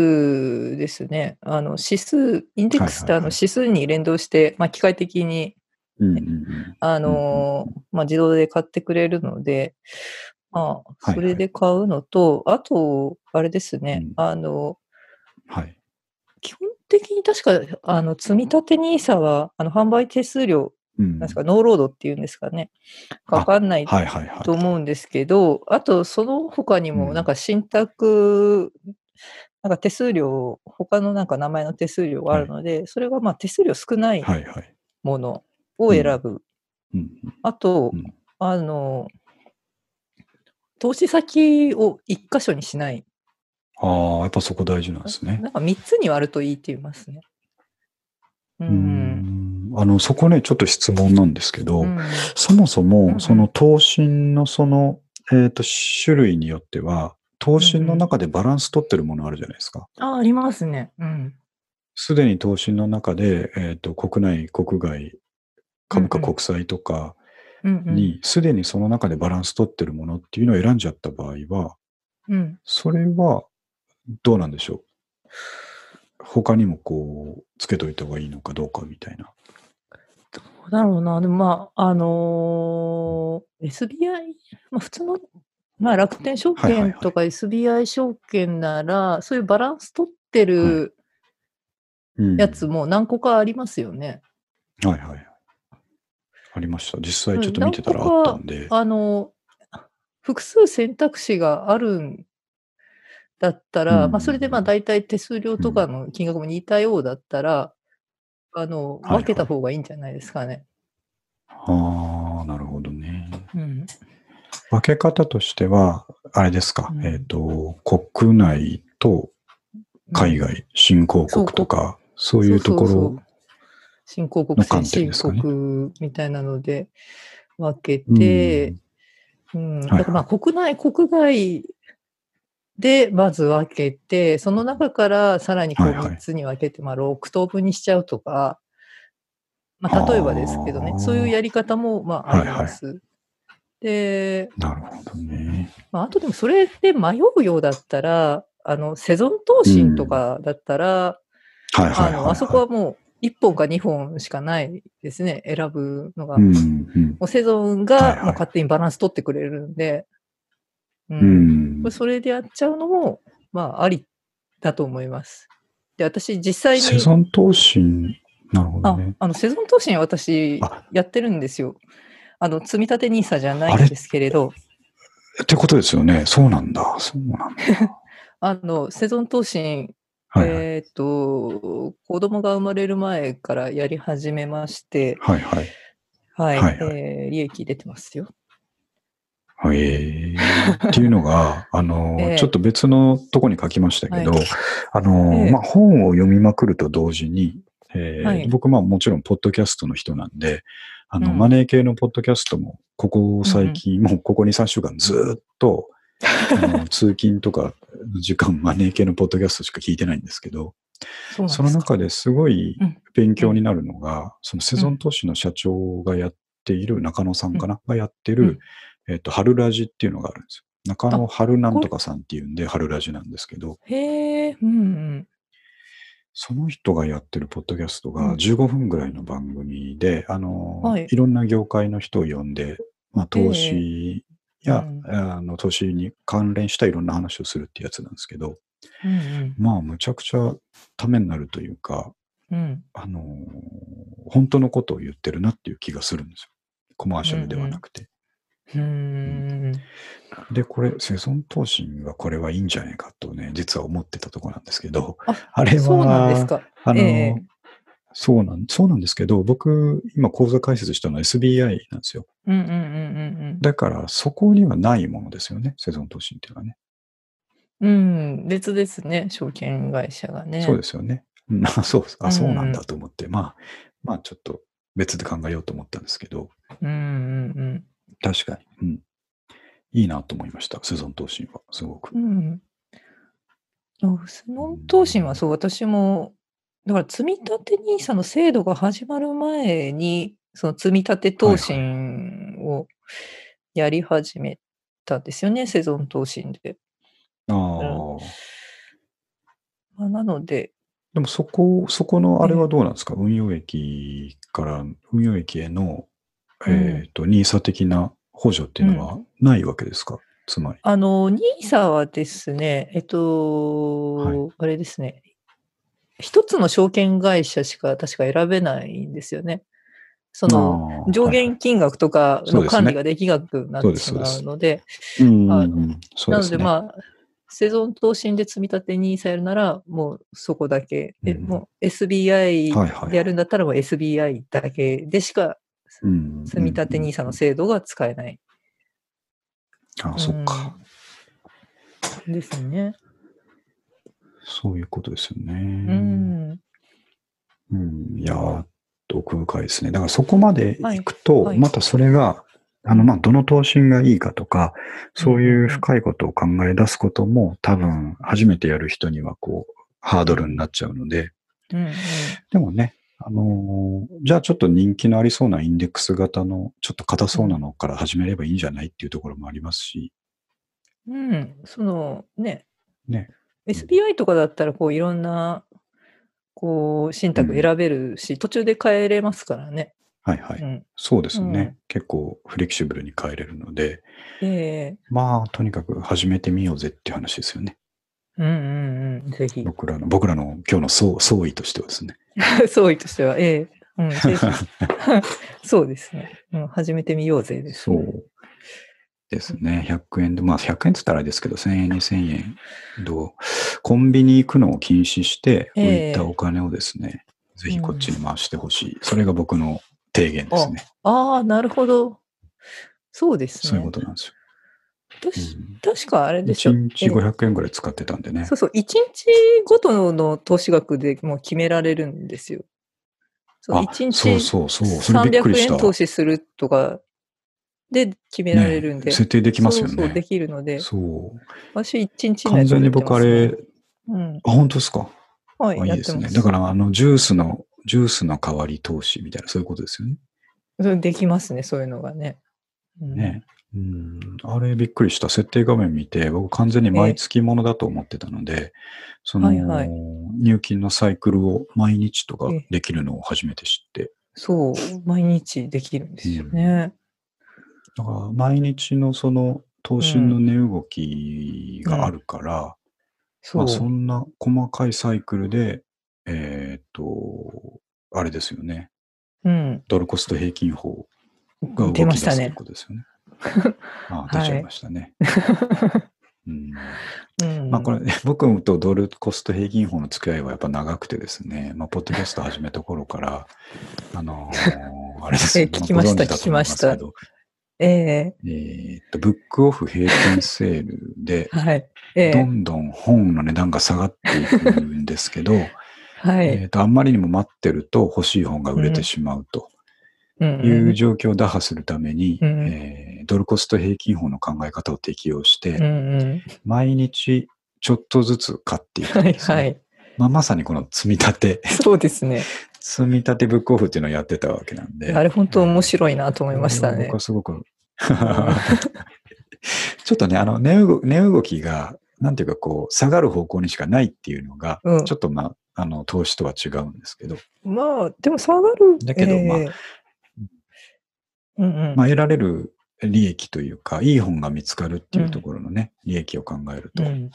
B: ですね、あの指数、インデックスって
A: はいはい
B: あの
A: はい
B: 指数に連動して、まあ、機械的に、
A: た、うんうんうん
B: あのーまあ、自動で買ってくれるので、ま
A: は
B: あ、
A: い
B: それで買うのと、あと、あれですね、
A: うん
B: あの
A: はい。
B: 基本的に確か、あの積み立て NISA はあの販売手数料、
A: うん
B: なんですか、ノーロードっていうんですかね、かかんない
A: はいはいはい。
B: と思うんですけど、あとその他に
A: うん
B: も、なんか信託、なんか手数料、他のなんか名前の手数料があるので、それがまあ手数料少ない
A: はいはい。
B: ものを選ぶ。
A: うん
B: あと、
A: うん
B: あの、投資先を一箇所にしない。
A: ああ、やっぱそこ大事なんですね。
B: なんか3つに割るといいって言いますね。う。
A: うんん。あの、そこね、ちょっと質問なんですけど、
B: うん
A: そもそ
B: うんう
A: も、
B: ん
A: その投信のその、えっ、と、種類によっては、投信の中でバランス取ってるものあるじゃないですか。
B: あ、ありますね。うん。
A: すでに投信の中で、えっ、と、国内、国外、株価
B: うんうん
A: 国債とか
B: うんうん、
A: に、すでにその中でバランス取ってるものっていうのを選んじゃった場合は、
B: うん。
A: それは、どうなんでしょう他にもこう、つけといた方がいいのかどうかみたいな。
B: どうだろうな。でもまあ、あのー SBI、まあ普通の、まあ楽天証
A: はいはい
B: 券
A: はい
B: とか SBI 証券なら、そういうバランス取ってる
A: うん
B: やつも何個かありますよね。
A: はいはいはい。ありました。実際
B: うん
A: ちょっと見てたらあったんで。
B: あのー複数選択肢があるんだったら、
A: うん
B: まあそれでまあ大体手数料とかの金額も似たようだったら、あ
A: は
B: の、
A: いはい
B: 分けた方がいいんじゃないですかね。
A: ああ、なるほどね。
B: うん。
A: 分け方としては、あれですか。
B: うん
A: えっ、と、国内と海外、新興国とか、そういうとこ
B: そうそうそ
A: ろ
B: う。新興国、
A: の観
B: 先
A: 点で
B: 進
A: すかね
B: 国みたいなので分け
A: うん
B: て、うん
A: はい
B: だからまあ国内、国外でまず分けて、その中からさらにこう
A: はいはい
B: 3つに分けて、まあ6等分にしちゃうとか、まあ、例えばですけどね
A: あ、ー
B: そういうやり方もまああります。で、
A: なるほどね。
B: まあ、あとでもそれで迷うようだったら、あの、セゾン投信とかだったら、
A: はいはいは
B: あ
A: い、はい。
B: の、あそこはもう1本か2本しかないですね、選ぶのが。
A: うん、
B: も
A: うん、
B: うセゾ
A: はいは
B: ンが
A: い
B: もう勝手にバランス取ってくれるんで、う。
A: うんん
B: これ。それでやっちゃうのも、まあ、ありだと思います。で、私実際
A: セ
B: に、
A: ゾン投信、なるほど
B: あ
A: ね。、
B: あの、セゾン投信は私
A: あ
B: やってるんですよ。あの、積み立て NISA じゃないんですけれど、
A: ってことですよね。そうなんだ。そうなんだ。
B: あの、セゾン投信、
A: はいはい。
B: えっ、と、子供が生まれる前からやり始めまして、
A: はいはい。
B: はい、
A: はいはい
B: えー利益出てますよ。
A: えー、っていうの が、あの、
B: ええ
A: ちょっと別のとこに書きましたけど、
B: はい
A: あの、
B: ええ
A: まあ、本を読みまくると同時に、えー
B: はい
A: 僕、まあ、もちろん、ポッドキャストの人なんで、あの、
B: うん
A: マネー系のポッドキャストも、ここ最近、もうここ2、3週間ずーっと、あの通勤とかの時間、マネー系のポッドキャストしか聞いてないんですけど、
B: そうなんです
A: その中ですごい勉強になるのが、そのセゾン投資の社長がやっている、中野さんかな、がやってる、えっと、春ラジっていうのがあるんですよ。中野春なんとかさんっていうんで、春ラジなんですけど、
B: へえ、うん
A: その人がやってるポッドキャスト
B: う
A: が
B: ん
A: 15分ぐらいの番組で、あの、
B: はいい、
A: ろんな業界の人を呼んで、まあ、投資や、
B: う
A: あの投資に関連したいろんな話をするってやつなんですけど、
B: うん。うん
A: まあ、むちゃくちゃためになるというか、
B: うん。うん。
A: あのー本当のことを言ってるなっていう気がするんですよ。コマーシャルではなくて。
B: うーん。
A: で、これ、生存投資はこれはいいんじゃないかとね、実は思ってたとこなんですけど、
B: あ
A: あれは、
B: そうなんですか。
A: あの、
B: ええ
A: そうなん、そうなんですけど、僕、今講座解説したのは SBI なんですよ。
B: うんうんうん
A: だから、そこにはないものですよね、生存投資っていうのはね。
B: うんうん。うん、別ですね、証券会社がね。
A: そうですよね。うん あそう、
B: う
A: あ、
B: ん
A: そうなんだと思って、まあ、まあ、ちょっと別で考えようと思ったんですけど、
B: うんうん
A: 確かに、うん。いいなと思いました、生存投資は、すごく
B: う。ん。うん。スノン投信はそう、私も、だから積立 NISA の制度が始まる前に、その積立投信をやり始めたんですよね、生存投信で。
A: ああ、
B: うんまあ、なので、
A: でもそこ、そこのあれはどうなんですか、運用益から、運用益への、
B: うん
A: えっ、と、ニーサ的な補助っていうのはないわけですか、つまり。
B: あの、NISA はですね、えっと、
A: はい
B: あれですね、一つの証券会社しか確か選べないんですよね。その、
A: あー
B: 上限金額とか
A: そう
B: の
A: ですね
B: 管理ができなくなっ
A: そう
B: て
A: です
B: し
A: そうで
B: ますうので、
A: うんうん
B: あ
A: うんそう
B: な
A: で
B: の
A: す
B: で
A: ね。
B: まあ、生存投資で積み立て NISA やるなら、もうそこだけ。で
A: うん
B: もう SBI
A: はいはい。
B: でやるんだったら、もう SBI だけでしか
A: うん
B: 積み立て NISA の制度が使えない。
A: ああ、そっか。
B: うん。ですね。
A: そういうことですよね。
B: うん。
A: うんいやー、奥深いですね。だからそこまで行くと、
B: はいはい
A: またそれが、あの、まあ、どの投資がいいかとか、そういう深いことを考え出すことも、多分、初めてやる人には、こう、ハードルになっちゃうので、
B: うんうん
A: でもね、あのーじゃあちょっと人気のありそうなインデックス型の、ちょっと硬そうなのから始めればいいんじゃないっていうところもありますし、
B: うん、そのね、
A: ね
B: SBI とかだったらこういろんなこう信託選べるし、途中で変えれますからね。
A: はいはい。
B: うん、
A: そうですね。
B: うん
A: 結構フレキシブルに変えれるので、
B: え
A: まあ、とにかく始めてみようぜっていう話ですよね。
B: えうんうんうん、ぜひ。
A: 僕らの、僕らの今日の総総意としてはですね。
B: 総意としては、ええうん、 ぜひ そうですね、うん。始めてみようぜです、ね。。
A: ですね。100円で、まあ100円って言ったらあれですけど、1000円、2000円、どう、コンビニ行くのを禁止して、
B: え
A: 浮
B: え
A: いたお金をですね、ぜひこっちに回してほしい。それが僕の提言ですね。
B: ああ、なるほど。そうですね。
A: そういうことなんです
B: 私
A: よ。
B: 確かあれ
A: うん、
B: でしょ。
A: 1日
B: ええ
A: 500円ぐらい使ってたんでね。
B: そうそう、1日ごとの投資額でもう決められるんですよ。そう
A: あ、
B: 1
A: そう
B: 日
A: そうそう。それびっくり
B: 300
A: した。
B: 円投資するとかで決められるんで。
A: ね設定できますよね。
B: そうそう、できるので、
A: そう
B: 私1日
A: 完全に僕あれ、
B: うん、
A: あ、本当ですか。
B: は
A: あ
B: い、
A: い
B: や
A: い
B: っ
A: で
B: て
A: す
B: ま
A: ね。
B: す。
A: だから、あの、ジュースの、ジュースの代わり投資みたいな、そういうことですよね。
B: それできますね、そういうのがね。うん
A: ね。うん、あれびっくりした。設定画面見て、僕完全に毎月ものだと思ってたので、その、
B: はいはい
A: 入金のサイクルを毎日とか
B: ええ
A: できるのを初めて知って、
B: そう、毎日できるんですよね。
A: だから毎日のその、投信の値動きがあるから、
B: そ
A: ま
B: う。
A: あ、そんな細かいサイクルで、えーっと、あれですよね。
B: うん。
A: ドルコスト平均法が動き
B: 出
A: 出
B: まし
A: す
B: た
A: という
B: ね。
A: ことですよね。 あ出ちゃいましたね。 うん
B: うん。
A: まあこれ、 僕とドルコスト平均法の付き合いはやっぱ長くてですね、まあ、ポッドキャスト始めた頃から、あの ーあれですよね
B: え聞きました
A: あご存知だと思いすけど
B: え
A: えーっと、ブックオフ平均セールで
B: え、はい。え
A: ど
B: え
A: んどん本の値段が下がっていくんです けど、
B: は
A: えー
B: い。
A: っと、あんまりにも待ってると欲しい本が売れてしまうと
B: うん
A: い
B: うん
A: う状況を打破するために、
B: うん
A: えードルコスト平均法の考え方を適用して、
B: うんうん。
A: 毎日ちょっとずつ買っていくん
B: はい
A: ですね
B: はい。
A: まあ、まさにこの積み立て、
B: そうですね。
A: 積み立てブックオフっていうのをやってたわけなんで。
B: あれ本当面白いなと思いましたね
A: 僕は。すご く。ちょっとね、あの、値動値動きが、なんていうかこう、下がる方向にしかないっていうのが、
B: うん
A: ちょっとまあ、あの、投資とは違うんですけど、
B: まあ、でも下がる。
A: だけどまあ
B: ええうんうん。
A: まあ、得られる利益というか、いい本が見つかるっていうところのね、利益を考えると、
B: うん
A: ね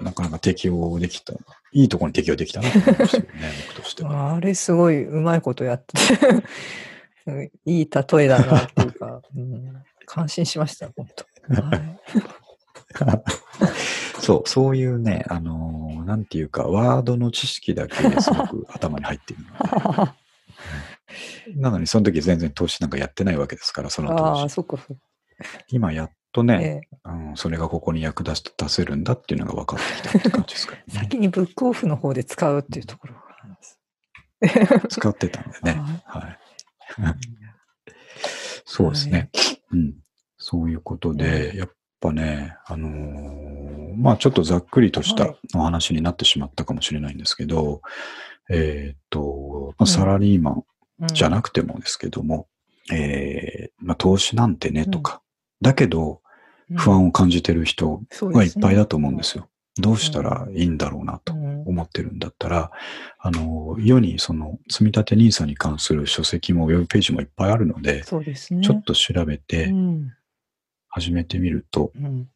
A: なかなか適用できた、いいところに適用できたなと思いましたよね、僕としては。
B: あれ す ごいうまいことやっててうんいい例えだなっていうか、うん感心しました、本当。はい、
A: そう、そういうね、あのーなんていうか、ワードの知識だけすごく頭に入っているの。 なのに、その時全然投資なんかやってないわけですから、その
B: あ
A: 投
B: あ、
A: 資。
B: そっかそっか。
A: 今やっとね、
B: え
A: うん、それがここに役立つ出せるんだっていうのが分かってきたって感じですから
B: え
A: ね、
B: 先にブックオフの方で使うっていうところがあります。
A: 使ってたんでね。
B: は
A: はい。そうですね。うん。そういうことで、やっぱね、あのーまあちょっとざっくりとし
B: は
A: た
B: い
A: お話になってしまったかもしれないんですけど、えーっと、ま
B: う
A: あ、
B: ん
A: サラリーマン
B: い
A: じゃ
B: く
A: なくてもですけども、えーまあ投資なんてねとか、だけど不安を感じてる人がいっぱいだと思うんですよ。どうしたらいいんだろうなと。
B: うん
A: 思ってるんだったら、あの、世にその積み立て NISA に関する書籍もウェブページもいっぱいあるので、
B: そうですね。
A: ちょっと調べ
B: う
A: て
B: ん
A: 始めてみると、
B: うん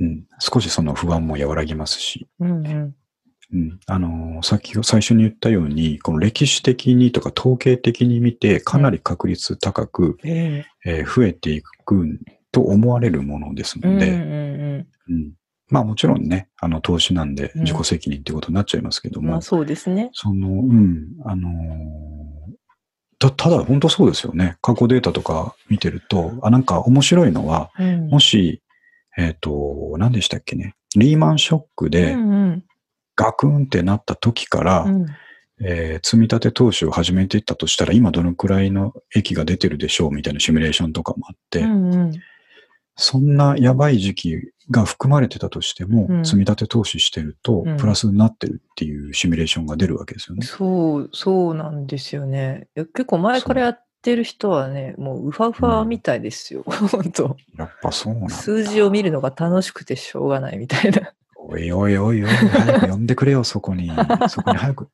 A: うん、少しその不安も和らぎますし、
B: うんうん
A: うん、あの、さっき最初に言ったように、この歴史的にとか統計的に見て、かなり確率高く、
B: ええ
A: えー増えていくと思われるものです
B: うん
A: の
B: うん
A: で、
B: う
A: うんまあもちろんね、あの投資なんで
B: うん
A: 自己責任ってことになっちゃいますけど
B: ん
A: も、
B: まあそうですね。
A: その、うん、あのーた、ただ本当そうですよね。過去データとか見てると、あ、なんか面白いのは、
B: うん
A: もし、えっ、と、何でしたっけね。リーマンショックで
B: うんうん
A: ガクンってなった時から、
B: うん
A: えー積み立て投資を始めていったとしたら、今どのくらいの益が出てるでしょうみたいなシミュレーションとかもあって、
B: うんうん
A: そんなやばい時期が含まれてたとしても、
B: うん
A: 積み立て投資してると
B: うん、
A: プラスになってるっていうシミュレーションが出るわけですよね。
B: そう、そうなんですよね。いや結構前からやってる人はね、もうウハウハみたいですよ。 本当。
A: やっぱそうなんだ。
B: 数字を見るのが楽しくてしょうがないみたいな。
A: おいおいおいおい、早く呼んでくれよ、そこに。そこに早く。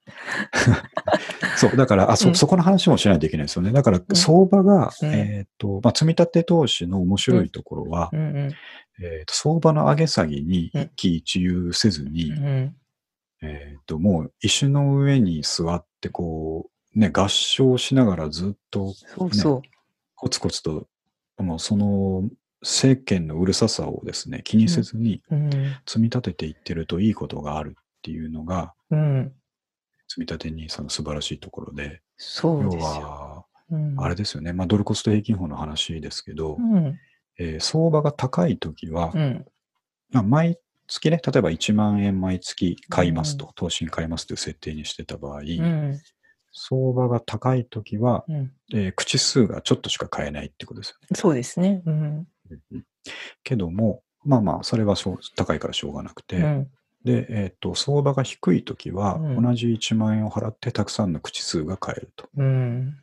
A: そう、だから、あ、
B: う
A: そ、
B: ん
A: そこの話もしないといけないですよね。だから、
B: ん
A: 相場が、
B: うん
A: えっ、と、まあ、積み立て投資の面白いところは、
B: うんうん
A: えーと相場の上げ下げに一喜一憂せずに、
B: うん
A: えっ、と、もう、石の上に座って、こう、ね、合唱しながらずっと、
B: そうそう。
A: コツコツと、もうその、政権のうるささをですね、気にせずに、
B: うん
A: 積み立てていってるといいことがあるっていうのが、
B: うん、
A: 積み立て NISA の素晴らしいところで、
B: そう
A: 要
B: ですよ。
A: は、
B: うん
A: あれですよね、まあ、ドルコスト平均法の話ですけど、
B: うん
A: えー相場が高いときは、
B: うん
A: まあ、毎月ね、例えば1万円毎月買いますと、投資に買いますという設定にしてた場合、
B: うん
A: 相場が高いときは、
B: うん、
A: えー口数がちょっとしか買えないってことですよね。
B: そうですね。うん
A: けども、まあまあ、それはしょう高いからしょうがなくて、
B: うん
A: で、えっ、と、相場が低いときは、
B: うん
A: 同じ1万円を払ってたくさんの口数が買えると。
B: うん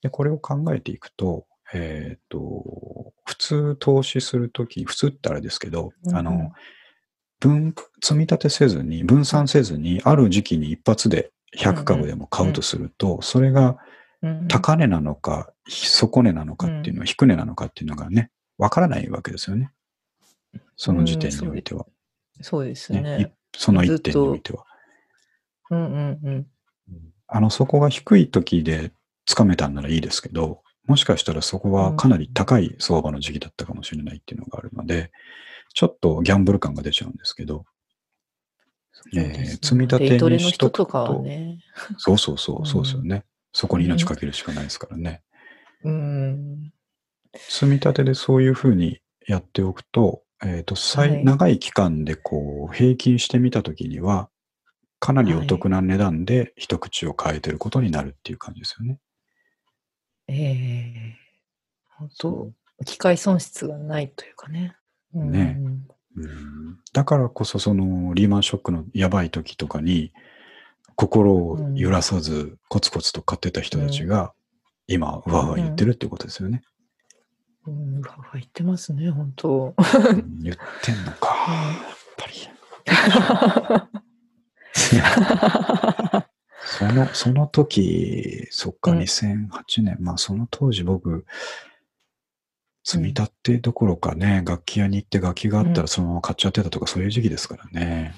A: で、これを考えていくと、えっ、と、普通投資するとき、普通ってあれですけど、
B: うん
A: あの、分、積み立てせずに、分散せずに、ある時期に一発で100株でも買うとすると、それが
B: うん、
A: 高値なのか、底値なのかっていうのは、低値なのかっていうのがね、わからないわけですよね。その時点においては。
B: そうです
A: ね、い
B: ね。
A: その
B: ず
A: 一
B: っと
A: 点においては。
B: うんうんうん
A: あの、そこが低い時でつかめたんならいいですけど、もしかしたらそこはかなり高い相場の時期だったかもしれないっていうのがあるので、ちょっとギャンブル感が出ちゃうんですけど、
B: そうです
A: えー積み立てに
B: デイトレの
A: しと
B: 人
A: くと
B: とかはね。
A: そうそうそうう、
B: ん
A: そうですよね。そこに命かけるしかないですからね。
B: うん
A: 積み立てでそういうふうにやっておくと、えっ、と、最、
B: はい
A: 長い期間でこう、平均してみたときには、かなりお得な値段で一口を変えてることになるっていう感じですよね。
B: ええ本当機械損失がないというかね。うん
A: ねうんだからこそそのリーマンショックのやばい時とかに心を揺らさずコツコツと買ってた人たちが今わーわー言ってるってことですよね。
B: うん、うわうわ言ってますね、本当。
A: うん言ってんのか。やっぱり。その、その時、そっか、
B: うん
A: 2008年、まあその当時僕、積み立てどころかね、楽器屋に行って楽器があった
B: う
A: らそのまま買っちゃってたとかそういう時期ですからね。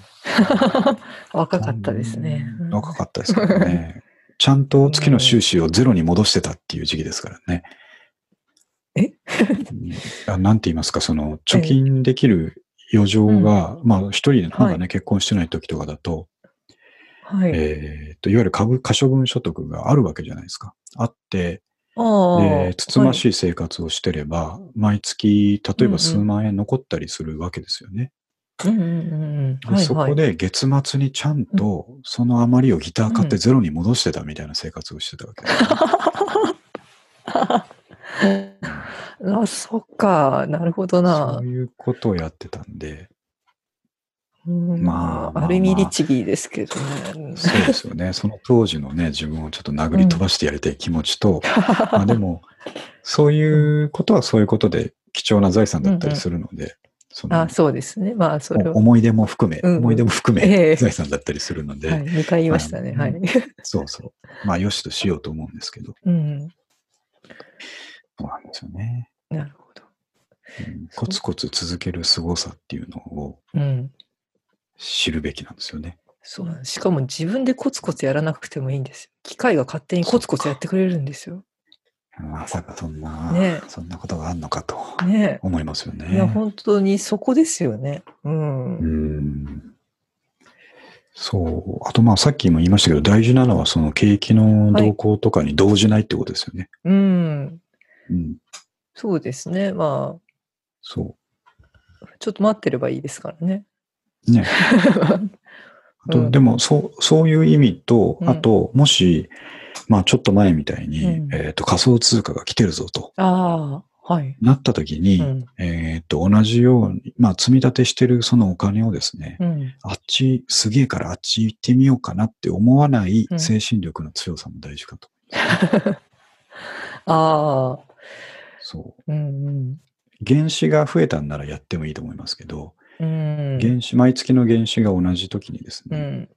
B: 若かったですね。
A: う
B: うんん
A: 若かったですから ね。ちゃんと月の収支をゼロに戻してたっていう時期ですからね。
B: え
A: あなんて言いますか、その、貯金できる余剰が、まあ、一人の方がね、
B: は
A: 結婚してない時とかだと、
B: はい。
A: えーっと、いわゆる株、可処分所得があるわけじゃないですか。あって、
B: ああ。
A: で、つつま
B: い。
A: しい生活をしてれば、毎月、例え
B: うんう
A: ば
B: ん
A: 数万円残ったりするわけですよね。
B: うんうんうんうん。
A: で
B: はい、
A: そ
B: は
A: こ
B: い。
A: で月末にちゃんと、その余りをギター買ってゼロに戻してたみたいな生活をしてたわけですね、
B: あ、そっか。なるほど な
A: そ。ういうことをやってたんで、
B: うん
A: まあまあ
B: ある意味律儀ですけどね。
A: そうですよね。その当時のね、自分をちょっと殴り飛ばしてやりたい気持ち と、まあでも、そういうことはそういうことで貴重な財産だったりするので、その
B: あ、そうですね。まあ、それは。
A: お思い出も含め、
B: うんうん
A: 思い出も含
B: え
A: め
B: え
A: 財産だったりするので、
B: はい、2回言いましたね。
A: まあ
B: はい。
A: そうそう。まあ、よしとしようと思うんですけど、
B: うん。
A: そうなんですよね。
B: なるほど。
A: うんコツコツ続ける凄さっていうのを
B: うん。
A: 知るべきなんですよね。
B: そうなんですしかも自分でコツコツやらなくてもいいんですよ。機械が勝手にコツコツやってくれるんですよ。
A: まさかそんな、
B: ね
A: そんなことがあるのかと
B: ね
A: 思いますよね。
B: え。いや、本当にそこですよね。うん。
A: うんそう。あと、まあ、さっきも言いましたけど、大事なのは、その景気の動向とかに動じないってことですよね。
B: うん。
A: うん。
B: そうですね。ま
A: そ
B: あ、ちょっと待ってればいいですからね。
A: う。ね。あと、
B: うん
A: でも、そう、そういう意味と、
B: うん
A: あと、もし、まあ、ちょっと前みたいに、
B: うん
A: えっ、と、仮想通貨が来てるぞと
B: ああ、はい。
A: なった時に、
B: うん。
A: えっ、と、同じように、まあ、積み立てしてるそのお金をですね、
B: うん。
A: あっち、すげえからあっち行ってみようかなって思わない
B: うん
A: 精神力の強さも大事かと。
B: ああ、
A: そう。
B: うん
A: 原子が増えたんならやってもいいと思いますけど、
B: うん。うん。
A: 原子、毎月の原子が同じ時にです
B: う
A: ね、
B: ん。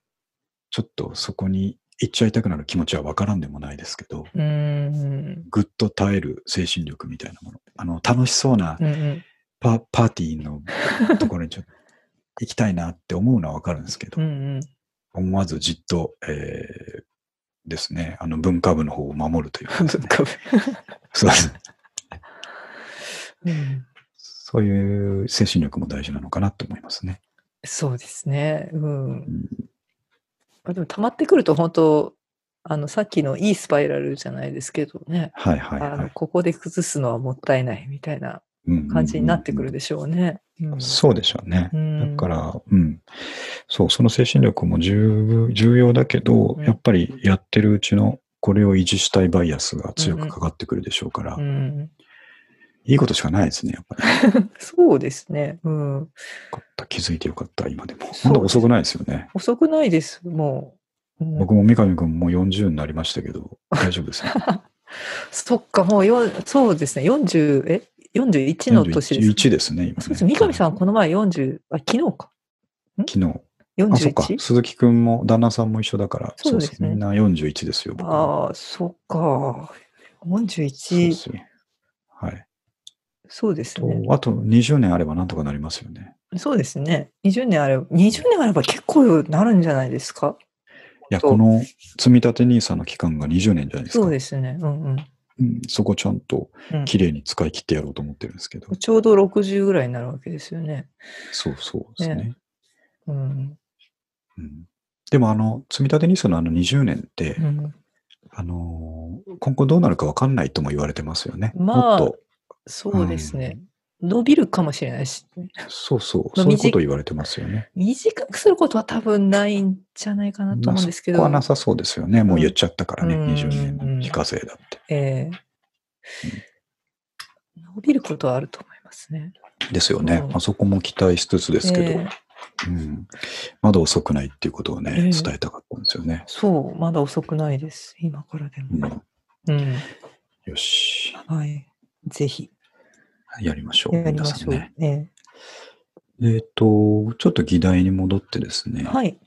A: ちょっとそこに行っちゃいたくなる気持ちはわからんでもないですけど、
B: うん。
A: ぐっと耐える精神力みたいなもの。あの、楽しそうな
B: うんうん。
A: パパーティーのところにちょっと行きたいなって思うのはわかるんですけ
B: う
A: ど、
B: ん
A: 思わずじっと、えーですね、あの文化部の方を守るというか
B: うん。
A: です
B: 文
A: ね、
B: 化部。
A: そうです
B: うん
A: そういう精神力も大事なのかなと思いますね。
B: そうですね。うん
A: う。ん
B: まあでも溜まってくると本当あのさっきのいいスパイラルじゃないですけどね、
A: はいはい
B: あ
A: は
B: の
A: い
B: ここで崩すのはもったいないみたいな
A: うんうんうんうん。
B: 感じになってくるでしょうね。うん
A: そうでしょうね。
B: うん
A: だから、うん。そう、その精神力も十分、重要だけど、
B: うん
A: やっぱりやってるうちの、これを維持したいバイアスが強くかかってくるでしょうから、
B: うん、
A: いいことしかないですね、やっぱり。よ
B: そうですね、うん。
A: かった気づいてよかった、今でも。
B: そ
A: ま
B: う
A: だ遅くないですよね。
B: 遅くないです、もう。うん
A: 僕も三上君も40になりましたけど、大丈夫 ですよ。
B: そっか、もうよそうですね、40、え41の年です、ね。
A: 1ですね、今、ね。
B: そうです三上さんはこの前40、あ、昨日か。
A: 昨日。あ、そっか。
B: 41?
A: 鈴木君も旦那さんも一緒だから、
B: そうですね
A: そみんな41ですよ、僕も。
B: ああ、そっか。
A: そうで
B: 41、
A: すよ。はい。
B: そうです
A: と
B: ね。
A: あと20年あればなんとかなりますよね。
B: そうですね。20年あれば、20年あれば結構なるんじゃないですか。
A: いや、
B: そう
A: この積み立て NISA の期間が20年じゃないですか。
B: そうですね。うんうん。
A: うんそこちゃんと
B: うん
A: 綺麗に使い切ってやろうと思ってるんですけど。
B: ちょうど60ぐらいになるわけですよね。
A: そうそうですね。
B: ねうん。
A: うん、でも、あの、積み立て NISA のあの20年って、
B: うん、
A: あのー今後どうなるかわかんないとも言われてますよね。
B: まあ
A: もっと、
B: そうですね。伸びるかもしれないし、
A: そうそう、
B: まあ
A: そういうこと言われてますよね。
B: 短くすることは多分ないんじゃないかな
A: ま
B: と
A: あ
B: 思うんです
A: そ
B: け
A: こ
B: ど、
A: はなさそうですよね。もう言っちゃったからね、
B: うん
A: 20年の非課税だって。
B: ええ伸びることはあると思いますね。
A: ですよね
B: う。ん
A: まあそこも期待しつつですけど、
B: ええ
A: うん、まだ遅くないっていうことをね、
B: ええ
A: 伝えたかったんですよね。
B: そう、まだ遅くないです。今からで
A: うん
B: も。うん。
A: よし。
B: はい。ぜひ、
A: やりましょう。
B: やりま
A: 皆
B: し
A: さん
B: ょう。
A: ね。
B: え
A: えっ、と、ちょっと議題に戻ってですね。
B: えはい。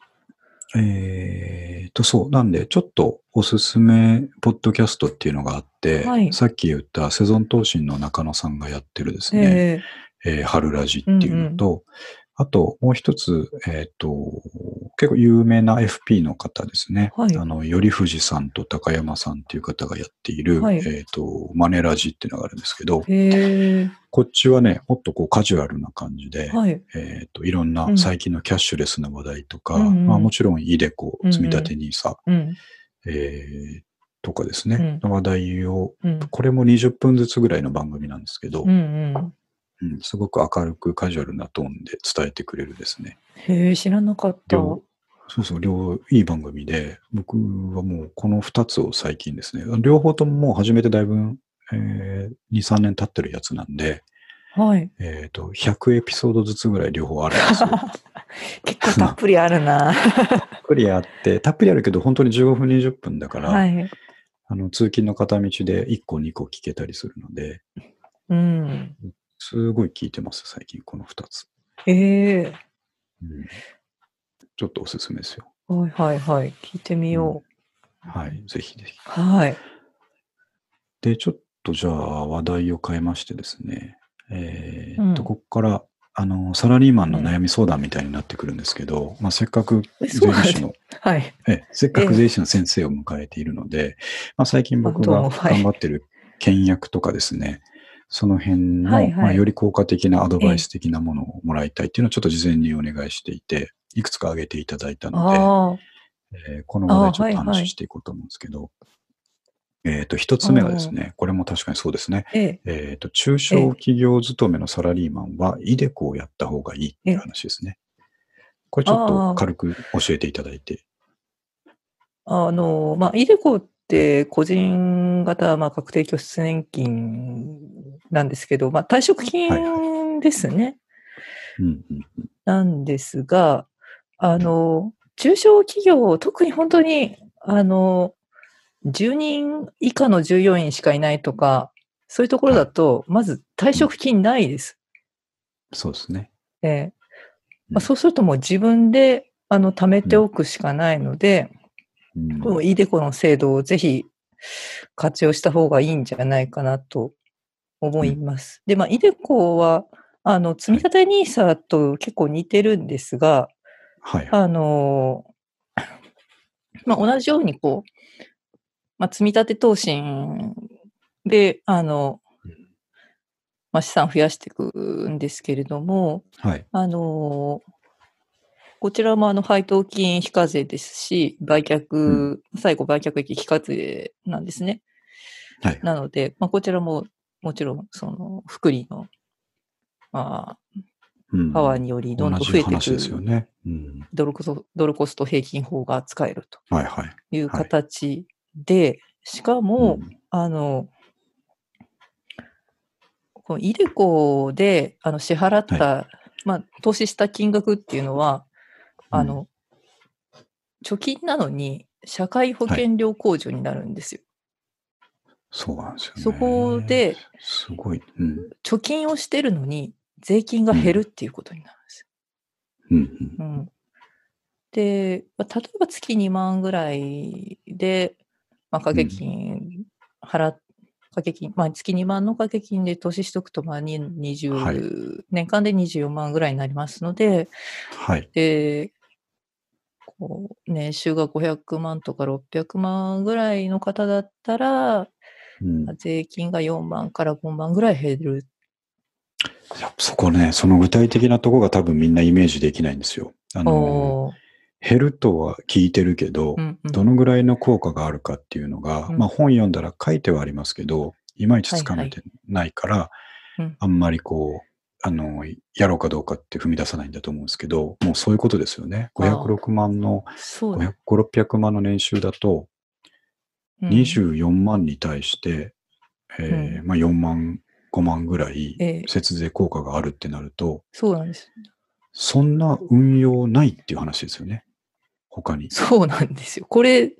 A: えっ、と、そう。なんで、ちょっとおすすめ、ポッドキャストっていうのがあって、
B: はい
A: さっき言ったセゾン投信の中野さんがやってるですね、
B: ええ
A: えー春ラジっていうのと、あと、もう一つ、えっ、と、結構有名な FP の方ですね。
B: はい
A: あの、頼藤さんと高山さんっていう方がやっている、
B: はい
A: えっ、と、マネラジっていうのがあるんですけど、
B: へえ。
A: こっちはね、もっとこうカジュアルな感じで、
B: はい。
A: えっ、と、いろんな
B: うん
A: 最近のキャッシュレスな話題とか、
B: うんうん
A: まあもちろんイデコ
B: うんう、ん
A: 積み立て NISA、
B: うん。
A: えーとかですね、
B: う
A: の話題を、
B: うん。
A: これも20分ずつぐらいの番組なんですけど、
B: うんうん。
A: うんすごく明るくカジュアルなトーンで伝えてくれるですね。
B: へえ、知らなかった。
A: 両そうそう、両、いい番組で、僕はもうこの2つを最近ですね、両方とももう始めてだいぶん、えー2、3年経ってるやつなんで、
B: はい。
A: えっ、と、100エピソードずつぐらい両方あるん ですよ。
B: 結構たっぷりあるな。
A: たっぷりあって、たっぷりあるけど、本当に15分、20分だから、
B: はい。
A: あの通勤の片道で1個、2個聞けたりするので、
B: うん。
A: すごい聞いてます、最近、この2つ。
B: へえ。
A: うんちょっとおすすめですよ。
B: はいはいはい。聞いてみよ
A: はい、ぜひぜひ。
B: う。はい。
A: で、ちょっとじゃあ話題を変えましてですね、えーっと、
B: うん
A: ここから、あの、サラリーマンの悩み相談みたいになってくるんですけど、まあ、せっかく
B: え
A: 税
B: そうなん
A: 理
B: だ
A: 士の、
B: はい。
A: ええせっか
B: え
A: く
B: え
A: 税理士の先生を迎えているので、まあ、最近僕
B: あどう
A: が
B: もはい
A: 頑張ってる倹約とかですね、その辺の、
B: はいはい
A: まあ、より効果的なアドバイス的なものをもらいたいっていうのをちょっと事前にお願いしていて、いくつか挙げていただいたので、
B: ああ。
A: えーこの話題ちょっと
B: あはいは
A: 話
B: い
A: していこうと思うんですけど、えっ、と、一つ目がですね、これも確かにそうですね、
B: え
A: えっ、と、中小企業勤めのサラリーマンは、イデコをやった方がいいっていう話ですね。これちょっ
B: あ
A: と
B: ー
A: 軽く教えていただいて。
B: あの、まあ、イデコって個人型、まあ、確定拠出年金なんですけど、まあ、退
A: は
B: 職
A: い
B: 金ですね。
A: うんうんうん
B: なんですが、あの、中小企業、特に本当に、あの、10人以下の従業員しかいないとか、そういうところだと、まず退職金ないです。
A: そうですね。
B: ええ
A: う
B: まあ、
A: ん
B: そうするともう自分で、あの、貯めておくしかないので、
A: うん
B: このイデコの制度をぜひ活用した方がいいんじゃないかなと思います。で、まあ、イデコは、あの、積み立て NISA と結構似てるんですが、
A: はい。
B: あのー まあ、同じようにこう、まあ、積み立て投資で、あの
A: うん、
B: まあ、資産増やしていくんですけれども、
A: はい。
B: あのーこちらもあの配当金非課税ですし、売却、
A: う
B: 最後売却益非課税なんですね。
A: はい。
B: なので、まあ、こちらももちろん、その、福利の、まあ、パワーによりどんどん
A: 同じ
B: 増えてい
A: 話ですよ
B: く、
A: ね。うん。
B: ドルコストドルコスト平均法が使えると。
A: はいはい。
B: いう
A: はい
B: 形で、しかも、
A: ん
B: あの、このイデコであの支払った、まあ、投資した金額っていうのは、あの、貯金なのに社会保険料控除になるんですよ。
A: そうなんですよね。
B: そこ、で、
A: すごい。うん。
B: 貯金をしてるのに、税金が減るっていうことになるんですよ。
A: うんうん。
B: うん、で、まあ例えば月2万ぐらいで、まあ、掛け金払っ、掛け金、まあ、月2万の掛け金で投資しとくと、まあ、に20、
A: はい
B: 年間で24万ぐらいになりますので、
A: はい。
B: で、こう、年収が500万とか600万ぐらいの方だったら、
A: うん
B: まあ、税金が4万から5万ぐらい減る。
A: やっぱそこね、その具体的なとこが多分みんなイメージできないんですよ。あの、
B: おー
A: 減るとは聞いてるけど、
B: うんうん
A: どのぐらいの効果があるかっていうのが、
B: うん
A: まあ本読んだら書いてはありますけど、いまいちつかめてないから、
B: うん
A: あんまりこう、あの、やろうかどうかって踏み出さないんだと思うんですけど、もうそういうことですよね。
B: あー
A: 506万の、
B: そうだ
A: 500、600万の年収だと、
B: うん
A: 24万に対して、えー
B: う
A: まあ4万、5万ぐらい
B: ええ
A: 節税効果があるってなると、
B: そうなんです。
A: そんな運用ないっていう話ですよね。他に。
B: そうなんですよ。これ、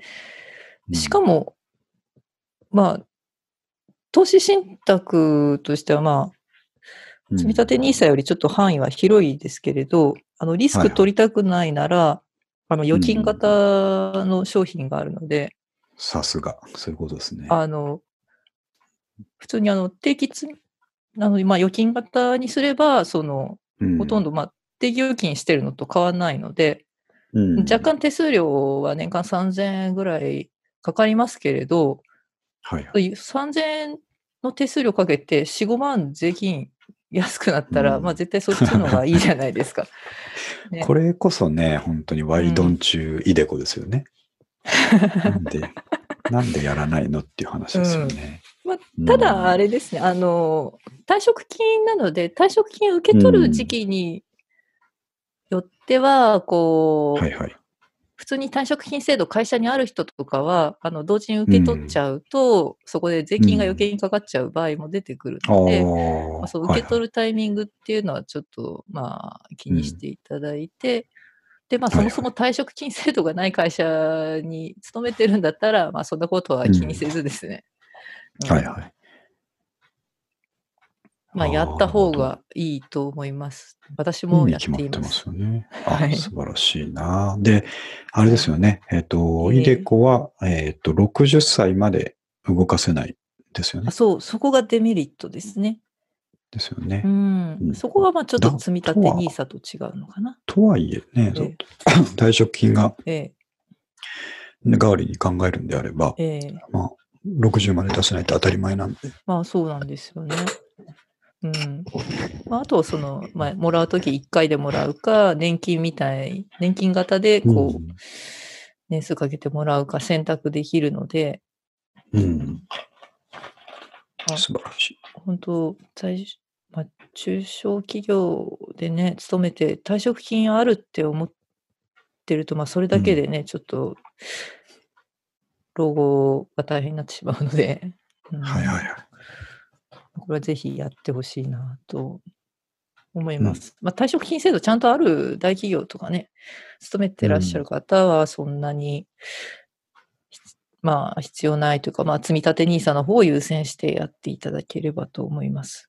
B: しか
A: も、
B: も、まあ、投資信託としては、まあ、積立 NISA よりちょっと範囲は広いですけれど、あのリス
A: はい
B: ク
A: はい
B: 取りたくないなら、あの預金型の商品があるので、
A: さすが。そういうことですね。
B: あの普通にあの定期つあの、まあ、預金型にすれば、その
A: う
B: ほとんど、まあ、定預金してるのと変わらないので、
A: うん
B: 若干手数料は年間3000円ぐらいかかりますけれど、
A: はいはい。
B: 3000円の手数料かけて4、5万税金安くなったら、
A: うん
B: まあ絶対そっちの方がいいじゃな いですか。ね
A: これこそね、本当にワイドン中イデコですよね。なん で、なんでやらないのっていう話ですよね。
B: まあ、ただ、あれですね、あの、退職金なので、退職金受け取る時期によっては、こう、
A: はいはい。
B: 普通に退職金制度、会社にある人とかは、あの同時に受け取っちゃうと、そこで税金が余計にかかっちゃう場合も出てくる
A: あ
B: ので、まあ、
A: あ、
B: そう受け
A: る。
B: 取るタイミングっていうのはちょっと、まあ、気にしていただいて、で、まあ、そもそも退職金制度がない会社に勤めてるんだったら、まあ、そんなことは気にせずですね。うん
A: はいはい。
B: まあ、
A: あー
B: やった方がいいと思います。私
A: もう
B: も
A: に
B: やっ
A: 決
B: て
A: まっ
B: い
A: て
B: ま
A: ます
B: す。
A: よね。
B: は
A: あ、
B: い
A: 素晴らしいな。で、あれですよね。えっと、
B: ええ
A: イデコは、えっと、60歳まで動かせないですよね
B: あ。そう、そこがデメリットですね。
A: ですよね
B: う。ん。
A: うん
B: そこはまあちょっと
A: だ
B: 積み立て
A: とは
B: NISA と違うのかな。
A: とはいえね、そう 退職金が
B: ええ
A: 代わりに考えるんであれば、
B: ええ
A: まあ、60まで出せないって当たり前なんで。
B: まあそうなんですよね。うん。まああとはその、まあ、もらうとき1回でもらうか、年金みたい、年金型でこう、
A: うん
B: 年数かけてもらうか選択できるので、
A: うん。
B: あ
A: 素晴らしい。
B: 本当在、まあ、中小企業でね、勤めて退職金あるって思ってると、まあ、それだけでね、ちょっと、老後が大変になってしまうので、うん
A: はいはいはい。
B: これはぜひやってほしいなと思います。まあ、退職金制度ちゃんとある大企業とかね、勤めてらっしゃる方はそんなに、ひまあ必要ないというか、まあ積立 NISA の方を優先してやっていただければと思います。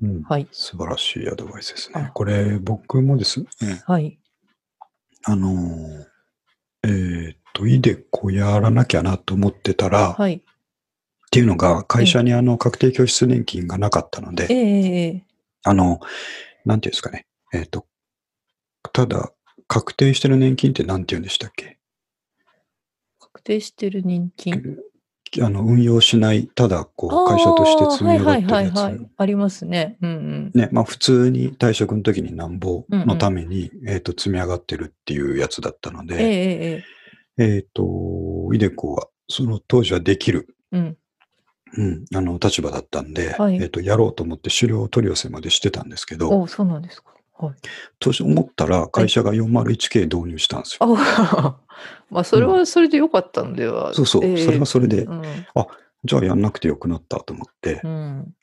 A: うん。
B: はい。
A: 素晴らしいアドバイスです
B: あ
A: ね。これ、僕もですね、
B: はい。
A: あのーえーっと、イデコやらなきゃなと思ってたら、っ
B: はい。
A: ていうのが、会社にあの、確定拠出年金がなかったの
B: え
A: で、
B: えええ
A: あの、なんていうんですかね、えーっと、ただ、確定してる年金ってなんて言うんでしたっけ
B: 確定してる年金。
A: あの、運用しない、ただ、こう、会社として積み上がってる
B: あーはい
A: や
B: はいはいはい
A: つ。。
B: ありますね。うんうん。
A: ね、まあ普通に退職の時になんぼ
B: うんう
A: の
B: ん
A: ために、えっ、と、積み上がってるっていうやつだったの
B: ええ
A: で、
B: ええ
A: えっ、と、イデコは、その当時はできる、
B: ええうん。
A: うん、あの、立場だったんで、
B: はい
A: えっ、と、やろうと思って資料を取り寄せまでしてたんですけど、
B: おそうなんですか。はい。
A: 当時思ったら会社が 401K 導入したんですよ。
B: あ まあ、それはそれで良かったんでは。
A: そうそう、
B: ええ
A: それはそれで、
B: うん
A: じゃあやんなくてよくなったと思って
B: う、ん。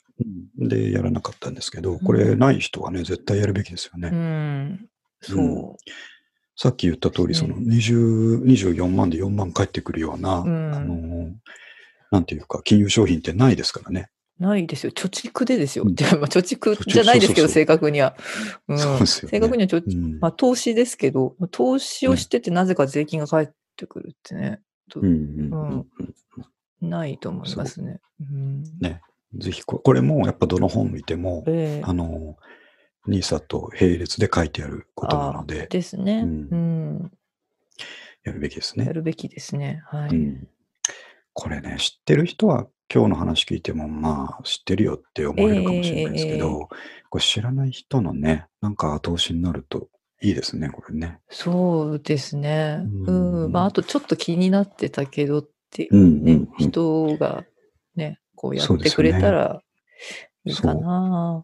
A: で、やらなかったんですけど、
B: ん
A: これない人はね、絶対やるべきですよね。
B: うん。そう。
A: さっき言った通り、
B: そ
A: そう
B: で
A: の
B: す
A: 20 24万で4万返ってくるような、
B: うん
A: あの、なんていうか、金融商品ってないですからね。
B: ないですよ。貯蓄でですよ。
A: うん
B: でまあ貯蓄
A: 貯蓄
B: じゃないですけ
A: そうそうそう
B: ど、正確には。うん
A: そうですよね
B: 正確には貯
A: う
B: 蓄、
A: ん
B: まあ、投資ですけど、投資をしててなぜか税金が返ってくるってね、
A: うんうんうんうん
B: ないと思いますね。うん
A: ねぜひこ、これもやっぱどの本見ても、
B: ええ
A: あの、NISA と並列で書いてあることなの
B: あ
A: で、
B: ですね、
A: う
B: うん。
A: やるべきです
B: や
A: ね。
B: るべきですね。は
A: う
B: い。
A: んこれね、知ってる人は今日の話聞いても、まあ、知ってるよって思えるかもしれないですけ
B: えええ
A: ど、これ知らない人のね、なんか後押しになるといいですね、これね。
B: そうですね。う
A: うん
B: ん。まあ、あとちょっと気になってたけどって
A: うんうん
B: ね、
A: うん
B: 人がね、こうや
A: そ
B: っ
A: うで
B: て
A: す
B: く
A: よね
B: れたらいい
A: そう
B: かな。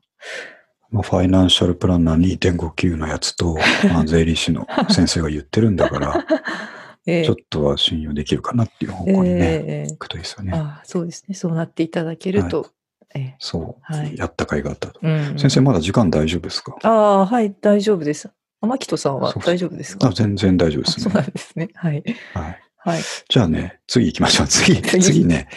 A: まあ、ファイナンシャルプランナー2.59のやつ と、まあ、税理士の先生が言ってるんだから、
B: ええ
A: ちょっとは信用できるかなっていう方
B: え
A: 向にね、
B: えええ
A: 行くといいですよね。
B: ああそうですね。そうなっていただけると。え
A: そう、
B: はい
A: やった甲斐があったと。
B: えうんうん
A: 先生、まだ時間大丈夫ですか
B: ああ、はい、大丈夫です。天木戸さんは
A: そうそう
B: 大丈夫ですか
A: あ全然大丈夫
B: あ
A: で
B: そ
A: す
B: うな
A: ね。
B: んですね。はい。
A: はい、
B: はい。
A: じゃあね、次行きま しょう。次、
B: 次
A: 次ね。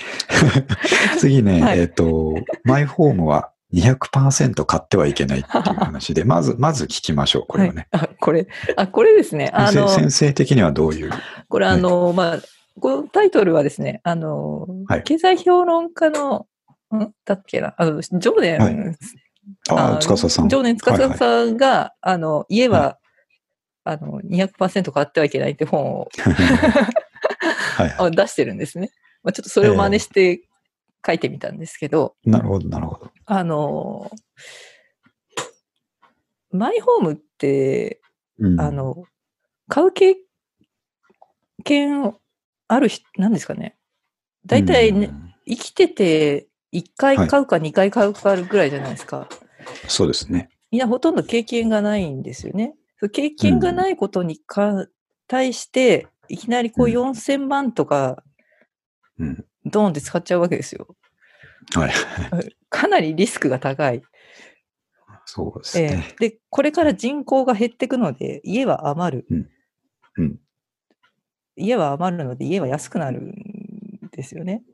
A: 次ね、
B: はい
A: えっ、と、マイホームは200%買ってはいけないっていう話 で、まず、まず聞きましょう、これはね。
B: はい、あ、これ、あ、これですね。あ
A: 先
B: の
A: 生、先生的にはどういう
B: これ、あの、まあ、このタイトルはですね、あの、
A: はい
B: 経済評論家の、んだっけな、あの、ジョーデン、
A: はいああ、司さん。
B: 常年
A: はい
B: 司
A: はい
B: さんが、あの、家は、あの、200%買ってはいけないって本を
A: はいは
B: あ出してるんですね。まあ、ちょっとそれを真似して書いてみたんですけど、
A: い。なるほど、なるほど。
B: あの、マイホームって、
A: うん
B: あ、の、買う経験ある人、なんですかね。大体ね、
A: うん
B: 生きてて1
A: は
B: 回
A: い
B: 買うか2回買うかぐらいじゃないですか。
A: そうですね。
B: みんなほとんど経験がないんですよね。そう経験がないことにか、対して、いきなりこう
A: うん
B: 4000万とか、
A: うん。
B: ドーンって使っちゃうわけですよ。
A: はい。
B: かなりリスクが高い。
A: そうですね。
B: ええで、これから人口が減っていくので、家は余る。
A: うん。
B: 家は余るので、家は安くなるんですよね。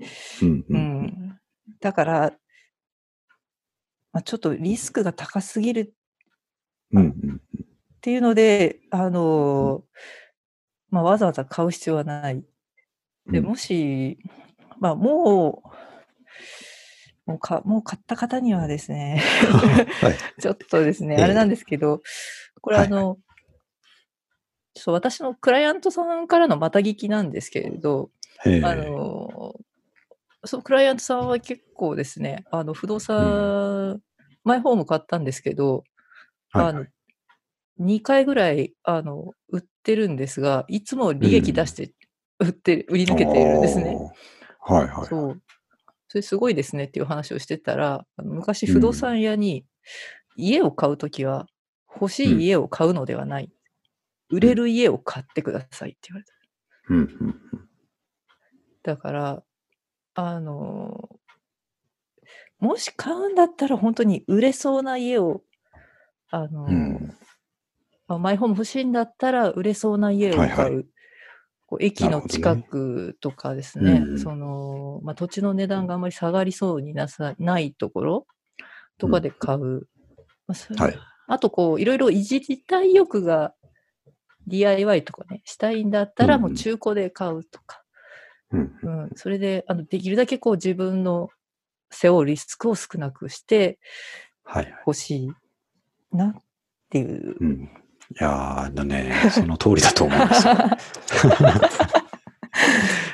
A: うん。
B: う。
A: うんん。
B: だから、まあ、ちょっとリスクが高すぎる
A: うん。うん
B: っていうので、あのーまあ、わざわざ買う必要はない。で
A: うん
B: もし、まあ、もう、もうかもう買った方にはですね、
A: はい。
B: ちょっとですね、
A: ええ
B: あれなんですけど、これ
A: は
B: あ
A: い
B: の、ちょっと私のクライアントさんからのまた聞きなんですけれど、
A: ええ
B: あの、そのクライアントさんは結構ですね、あの、不動産、マイホーム買ったんですけど、
A: はい
B: あの、2回ぐらい、あの、売ってるんですが、いつも利益出して、売ってる、売り抜けているんですね。
A: おーはいはい。
B: そう。それすごいですねっていう話をしてたら、あの昔
A: うん
B: 不動産屋に家を買うときは欲しい家を買うのではない。売れる家を買ってくださいって言われた。
A: うんうん
B: だから、あの、もし買うんだったら本当に売れそうな家を、あの、
A: うん
B: まあマイホーム欲しいんだったら売れそうな家を買う。
A: はい
B: こう駅の近くとかですね、
A: なるほどねうん
B: その、まあ、土地の値段があんまり下がりそうになさないところとかで買う。まあそれ
A: はい
B: あと、こう、いろいろいじりたい欲が DIY とかね、したいんだったら
A: うんうん
B: もう中古で買うとか。
A: うん
B: うん、それで、あの、できるだけこう自分の背負うリスクを少なくして
A: はいはい。
B: ほしいなっていう
A: うんいやーあのね、 その通りだと思い ますよ。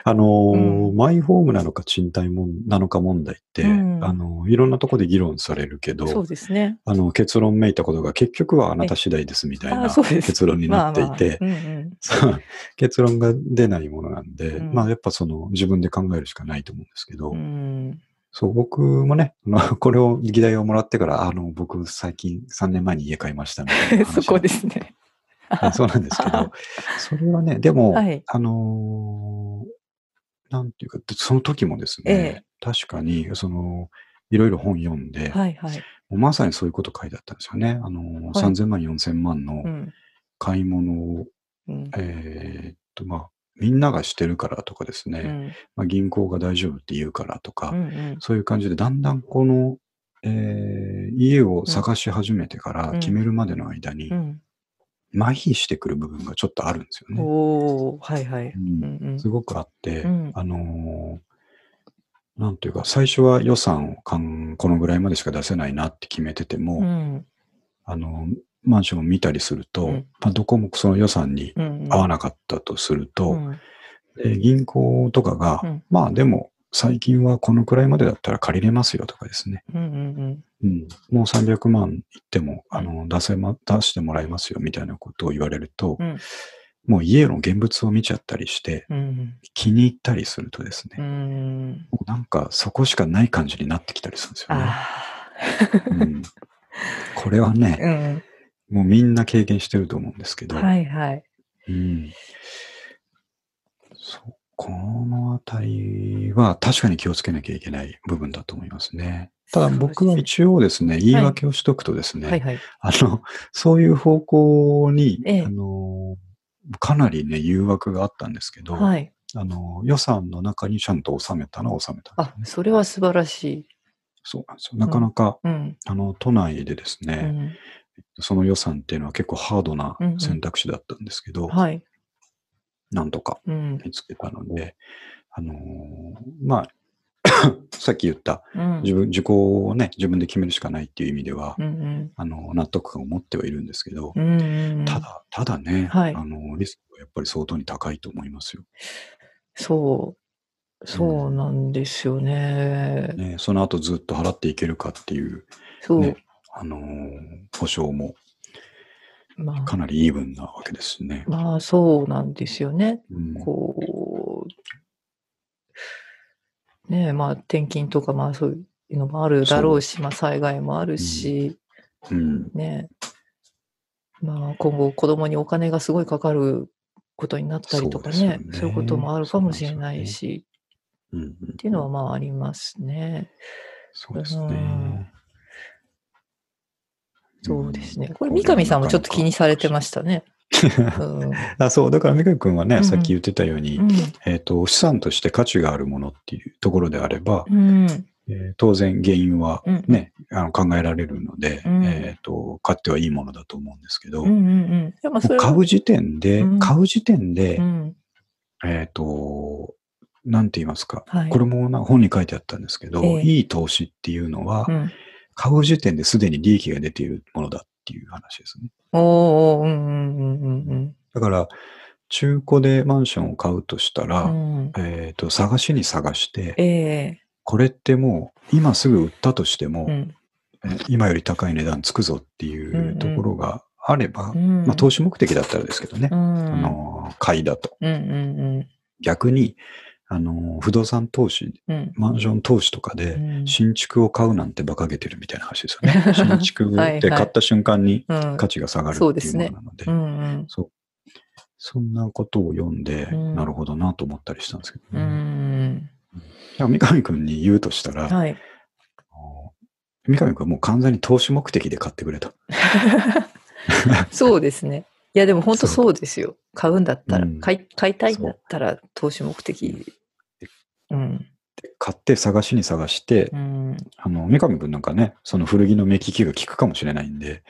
A: あのー
B: う
A: マイホームなのか賃貸もんなのか問題って、
B: うん
A: あのーいろんなとこで議論されるけ
B: そう
A: ど、
B: ですね。
A: あの結論めいたことが結局はあなた次第ですみたい
B: あ
A: な
B: そうです
A: 結論になっていて、
B: まあまあうんうん
A: そう 結論が出ないものなんで、
B: うん
A: まあやっぱその自分で考えるしかないと思うんですけど、
B: うん
A: そう、僕もね、まあ、これを、議題をもらってから、あの、僕、最近、3年前に家買いましたみたいな話
B: そこですね。
A: あそうなんですけ ど、それはね、でも、
B: はい
A: あのーなんていうか、その時もですね、
B: え
A: 確かに、その、いろいろ本読んで、
B: はいはい。
A: もうまさにそういうこと書いてあったんですよね。あのー
B: はい
A: 3000万、4000万の
B: うん
A: 買い物を、
B: うん
A: えーっと、まあ、みんながしてるからとかですね、
B: うん
A: まあ、銀行が大丈夫って言うからとか、
B: うんうん
A: そういう感じで、だんだんこの、えー家を探し始めてから
B: うん
A: 決めるまでの間に
B: う、ん
A: 麻痺してくる部分がちょっとあるんですよね。
B: おーはいはい。
A: うん
B: うんうん
A: すごくあって、
B: うん
A: あのーなんていうか、最初は予算をかんこのぐらいまでしか出せないなって決めてても、
B: うん
A: あのーマンションを見たりすると、
B: うん
A: まあ、どこもその予算に
B: うんうん
A: 合わなかったとすると、
B: うん
A: えー銀行とかが、
B: うん
A: まあでも最近はこのくらいまでだったら借りれますよとかですね、
B: うんうん
A: うん、もう300万いっても、あの、出せま、出してもらえますよみたいなことを言われると、
B: うん
A: もう家の現物を見ちゃったりして、
B: うん
A: 気に入ったりするとですね、
B: うん
A: もうなんかそこしかない感じになってきたりするんですよね。
B: あ
A: うん、これは
B: ー
A: ね、
B: うん
A: もうみんな経験してると思うんですけど、
B: はいはい。
A: うん、そうこのあたりは確かに気をつけなきゃいけない部分だと思いますね。ただ僕は一応ですね、言い訳をしとくとですね、
B: はいはい。
A: あの、そういう方向に、
B: ええ
A: あの、かなりね、誘惑があったんですけど、
B: はい。
A: あの、予算の中にちゃんと収めたのは収めたんです
B: あ、それは素晴らしい。
A: そうなんですよ。なかなか、
B: うん。
A: あの、都内でです
B: う
A: ね、
B: ん
A: その予算っていうのは結構ハードな
B: うんうん
A: 選択肢だったんですけど、
B: はい。
A: なんとか
B: うん。
A: 見つけたので、あのまあ、 さっき言った、
B: うん
A: 自分、自己をね、自分で決めるしかないっていう意味では、
B: うん
A: あの、納得感を持ってはいるんですけど、
B: うんうんうんうん
A: ただ、ただね、
B: はい
A: あの、リスクはやっぱり相当に高いと思いますよ。
B: そうそうなんですよね。
A: ね、その後ずっと払っていけるかっていう、
B: そう、
A: ねあのー保証も
B: ま
A: か
B: あ、
A: なりイーブンなわけですね。
B: まあそうなんですよね。
A: うん
B: こう、ねえ、まあ転勤とかまあそういうのもあるだろうし、まあ災害もあるし、
A: うん
B: ねえ、まあ今後子供にお金がすごいかかることになったりとかね、
A: そ
B: そうう
A: ですよね
B: いうこともあるかもしれないし、
A: うんん
B: っていうのはまあありますね。
A: そうです
B: うん
A: ね。
B: そうですね。これ
A: これ
B: 三上さんもちょっと
A: なかなか
B: 気にされてましたね。うん。うん
A: あそう、だから三上君はね、
B: うんうん
A: さっき言ってたように、えっ、と、資産として価値があるものっていうところであれば、
B: うん。
A: えー当然原因は
B: うん
A: ね、あの考えられるので、
B: うん
A: えっ、と、買ってはいいものだと思うんですけど、
B: うんうんうん。いやまあ
A: も
B: そうれは
A: 買う時点で、
B: うん
A: 買う時点で、
B: うん。
A: えっ、と、なんて言いますか、
B: はい。
A: これもな本に書いてあったんですけど、
B: ええ
A: いい投資っていうのは、
B: うん。
A: 買う時点ですでに利益が出ているものだっていう話ですね。
B: おーおー、うんうんうんうん
A: だから、中古でマンションを買うとしたら、
B: うん。うん。
A: えっ、と、探しに探して、
B: ええ
A: これってもう、今すぐ売ったとしても、
B: うん。
A: え今より高い値段つくぞって
B: ん
A: いううんところがあれば、
B: うん。
A: まあ、投
B: 資。
A: 資目的だったらですけどね
B: う、ん。
A: あのー買いだと。
B: うんうん
A: 逆に、あのー不動産投資、
B: うん。うん。
A: マンション投資とかで、
B: うん
A: 新築を買うなんて馬鹿げてるみたいな話 ですよね。新築って買った瞬間に
B: うん。
A: 価値が下がる
B: そう
A: っ
B: で
A: ていう
B: す
A: も
B: ね
A: のなので
B: う、ん
A: そう。そんなことを読んで、
B: うん
A: なるほどなと思ったりしたんですけど
B: うん。う
A: ね、
B: ん。
A: だから三上君に言うとしたら、あ
B: はい。
A: の三上君はもう完全に投資目的で買ってくれと。
B: そうですね。いや、でも本当そうですよ。買うんだったら、
A: うん
B: 買い買いたいんだったら、投資目的。うん。
A: 買って探しに探して
B: う、ん。
A: あの、三上くんなんかね、その古着の目利きが効くかもしれないんで、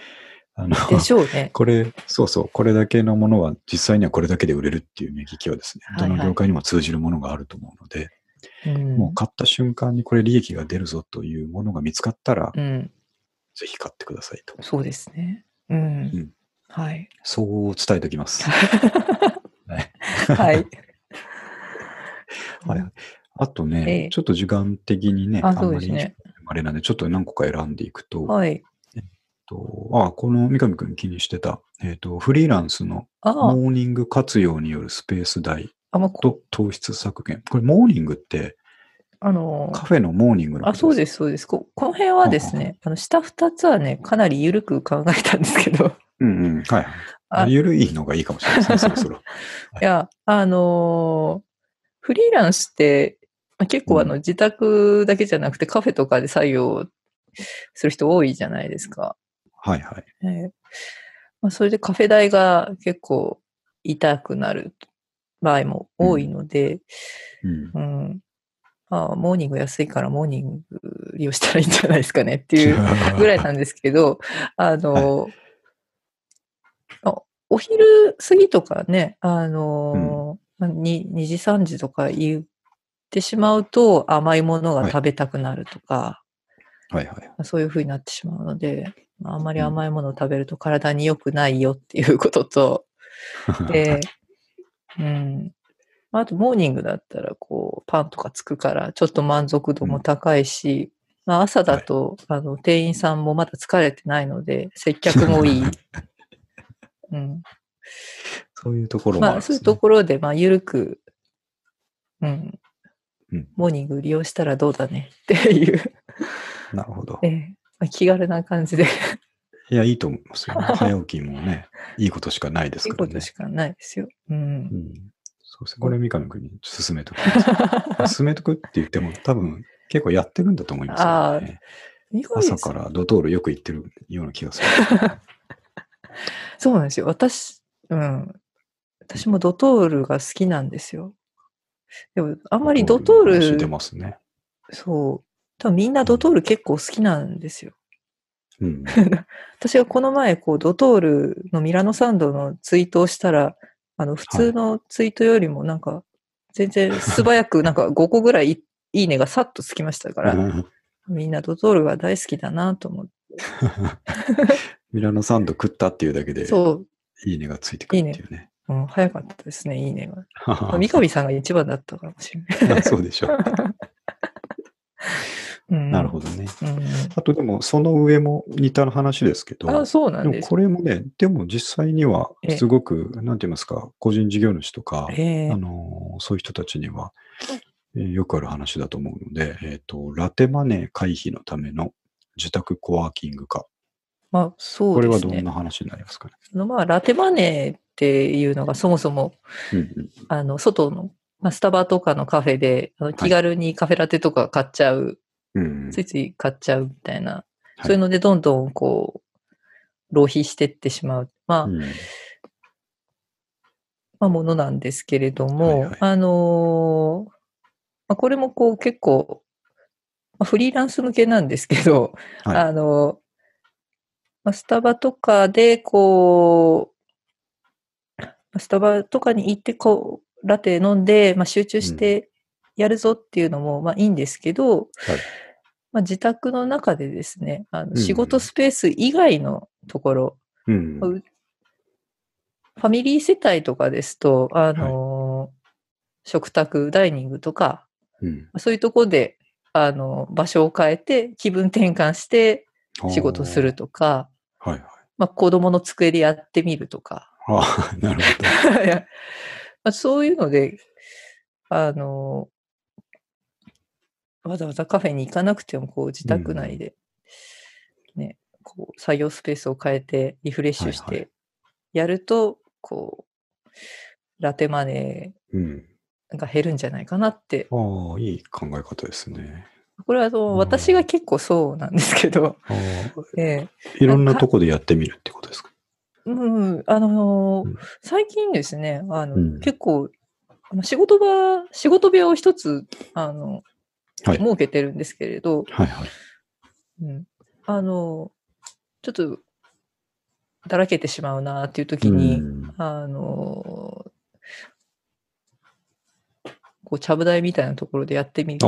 A: あの、
B: でしょうね。
A: これ、そうそう、これだけのものは実際にはこれだけで売れるっていう目利きはですね、
B: はい
A: ど
B: はい
A: の業界にも通じるものがあると思うので、
B: うん。
A: もう買った瞬間にこれ利益が出るぞというものが見つかったら、
B: うん。
A: ぜひ買ってくださいと。
B: そうですね。うん。
A: うん
B: はい。
A: そう伝えておき ます。はい
B: はい。
A: はいあと
B: え
A: ね、
B: え
A: ちょっと時間的にね、
B: あ
A: あん
B: そう
A: ま
B: です
A: り
B: ね
A: あれなんで、ちょっと何個か選んでいくと、
B: はい。
A: とあ、この三上くん気にしてた、えっ、と、フリーランスの
B: ああ、
A: モーニング活用によるスペース代
B: あまあこと
A: 糖質削減。これ、モーニングって、
B: あのー
A: カフェのモーニングの
B: あ、そう
A: す。
B: です、そうです。ここの辺はですね、あの下2つはね、かなり緩く考えたんですけど、
A: うんうん。はいは
B: あ
A: い。ゆるいのがいいかもしれないですね、そろそ ろ。
B: いや、あのーフリーランスって、まあ結構あ
A: う
B: の自宅だけじゃなくてカフェとかで作業する人多いじゃないですか。
A: はいはい。
B: えーまあ、それでカフェ代が結構痛くなる場合も多いので、
A: うん。
B: うん。あモーニング安いからモーニング利用したらいいんじゃないですかねっていうぐらいなんですけど、あの、あお昼過ぎとかね、あの、に2時3時とか言ってしまうと甘いものが食べたくなるとか、
A: はいはい。
B: そういう風になってしまうので、まああんまり甘いものを食べると体に良くないよっていうことと、で、うん。まああと、モーニングだったら、こう、パンとかつくから、ちょっと満足度も高いし、まあ、朝だと、あの、店員さんもまだ疲れてないので、接客も いい。うん。
A: そういうところもあ
B: ま
A: るん
B: あ、
A: です
B: そう
A: ね
B: いうところで、まあ、ゆるく、うん。
A: うん
B: モーニング利用したらどうだね っていう、
A: なるほど
B: え。えまあ気軽な感じで、
A: いや、いいと思いますよ。 早起きもね、いいことしかないです
B: いい
A: から
B: こと
A: ね
B: し。かないですよ。うん
A: う。んそうですね。これ、三上君に勧めとくんですよ。勧めとくって言っても、多分、結構やってるんだと思いますよね。
B: 意外です
A: 朝からドトールよく行ってるような気がする。
B: そうなんですよ。私、うん。私もドトールが好きなんですよ。でも、あんまりドトー
A: の話出
B: ル、
A: ますね。
B: そう。多分みんなドトール結構好きなんですよ。
A: うん。
B: 私がこの前、こう、ドトールのミラノサンドのツイートをしたら、あの、普通のツイートよりもなんか、全然素早く、なんか5個ぐらいいいねがさっとつきましたから、みんなドトールが大好きだなと思っ
A: ミラノサンド食ったっていうだけで
B: て、、そ
A: いいねがついてくるっていうね。
B: う、うん、早かったですね、いいねが。まあ三
A: あ
B: 上さんが一番だったかもしれな い。
A: そうでしょう。
B: うん、
A: なるほどね。
B: ど。
A: あとでも、その上も似た話ですけど、
B: あ、そうな
A: で
B: ん
A: も
B: です。
A: これもね、でも実際には
B: ええ
A: すごく、なんて言いますか、個人事業主とか、
B: え
A: あ
B: ー、
A: のそういう人たちには、えーよくある話だと思うので、えっと、ラテマネー回避のための自宅コワーキング化。
B: まあ、そ
A: こ
B: う
A: れ
B: で
A: は
B: す
A: どん
B: ね
A: な。話になりますかね。
B: あのまあ、ラテマネーっていうのがそもそも、
A: うんうん
B: あの、外の、まあ、スタバとかのカフェで、あの気軽にカフェラテとか買っちゃう、
A: うんうん
B: ついつい買っちゃうみたいな、
A: い
B: そういうのでどんどんこう、浪費してってしまう。まあ、
A: うん
B: まあ、ものなんですけれども、
A: はいはい
B: あのーまあ、これもこう結構、まあ、フリーランス向けなんですけど、
A: はい
B: あのーまあ、スタバとかでこう、まあスタバとかに行ってこうラテ飲んで、まあ、集中してやるぞっていうのもまあいいんですけど、
A: はい
B: まあ、自宅の中でですねあ
A: うん
B: の仕事スペース以外のところ、
A: うん
B: うファミリー世帯とかですと、あのー食卓、ダイニングと
A: う
B: か、
A: ん
B: そういうとこで、あの場所を変えて気分転換して仕事する。とか、
A: あーはいはい。
B: まあ、子供の机でやってみるとか、
A: あー なるほど。
B: いやまあ、そういうので、あのーわざわざカフェに行かなくても、こう自宅内で、ね、こう作業スペースを変えてリフレッシュし
A: はいは
B: てやると、こう、ラテマネ
A: うん、
B: ーが減るんじゃないかなって。
A: ああ、いい考え方ですね。
B: これはそ
A: うん
B: の私が結構そうなんですけど、
A: あー
B: え
A: いろんなとこでやってみるってことですか。
B: えうん、あのー
A: うん
B: 最近ですね、あの、
A: うん
B: 結構、あの仕事場、仕事部屋を一つ、あの、
A: はい
B: 設けてるんですけれど、
A: はいはい。
B: うん、あの、ちょっと、だらけてしまうなっていう時に、
A: うん
B: あの、こう、ちゃぶ台みたいなところでやってみ
A: あ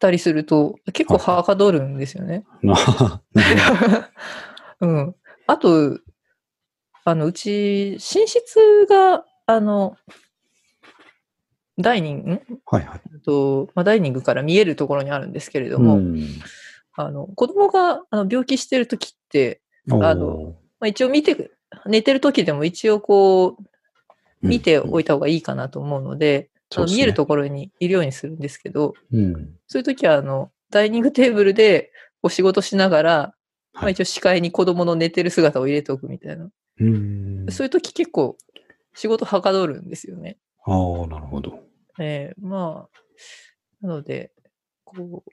B: たりすると、結構
A: はい
B: はかどるんですよね。
A: あ、ななるほど
B: うん。あと、あの、うち、寝室が、あの、ダイニング、ん
A: はいはい。
B: えっと、まあ、ダイニングから見えるところにあるんですけれども、
A: うん
B: あの、子供があの病気してるときって、あのまあ、一応見て、寝てるときでも一応こう、見ておい
A: て、
B: た方がいいかなと思うので、あの見える
A: と。
B: ところにいるようにするんですけど、
A: うん
B: そういうときは、あの、ダイニングテーブルで、お仕事しながら、ま
A: は
B: あ、
A: い
B: 一応視界に子供の寝てる姿を入れておくみたいな。
A: うん
B: そういう時結構仕事はかどるんですよね。
A: ああ、なるほど。
B: ええまあ、なので、こう、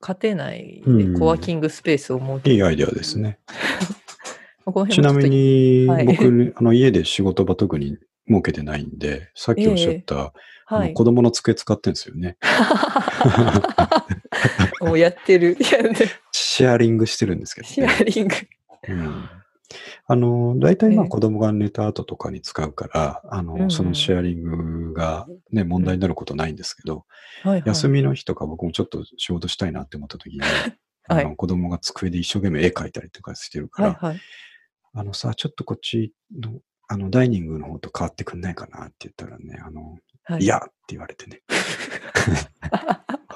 B: 家庭内
A: う
B: で
A: ん
B: コワーキングスペースを設け
A: い
B: る。
A: いアイデアですね。
B: まあこの
A: ち
B: 辺
A: な
B: もょっと
A: みに、
B: はい
A: 僕、あの家で仕事場特に設けてないんで、さっきおっしゃった、あ
B: は
A: の
B: い
A: 子。供の机使ってんですよね。
B: もうやっ てる。やってる
A: シェアリングしてるんですけ
B: シ
A: ど、ね
B: ェアリング。
A: うんあの、大体まあ
B: ええ
A: 子供が寝た後とかに使うから、あ
B: うんう
A: の、
B: ん
A: そのシェアリングがね、問題になることないんですけど、
B: はいはい
A: 休みの日とか僕もちょっと仕事したいなって思った時に、
B: は
A: あ
B: い
A: の子供が机で一生懸命絵描いたりとかしてるか
B: はい
A: ら、
B: はい。
A: あのさ、ちょっとこっちの、あの、ダイニングの方と変わってくんないかなって言ったらね、あの、
B: はい
A: い、やって言われて ね。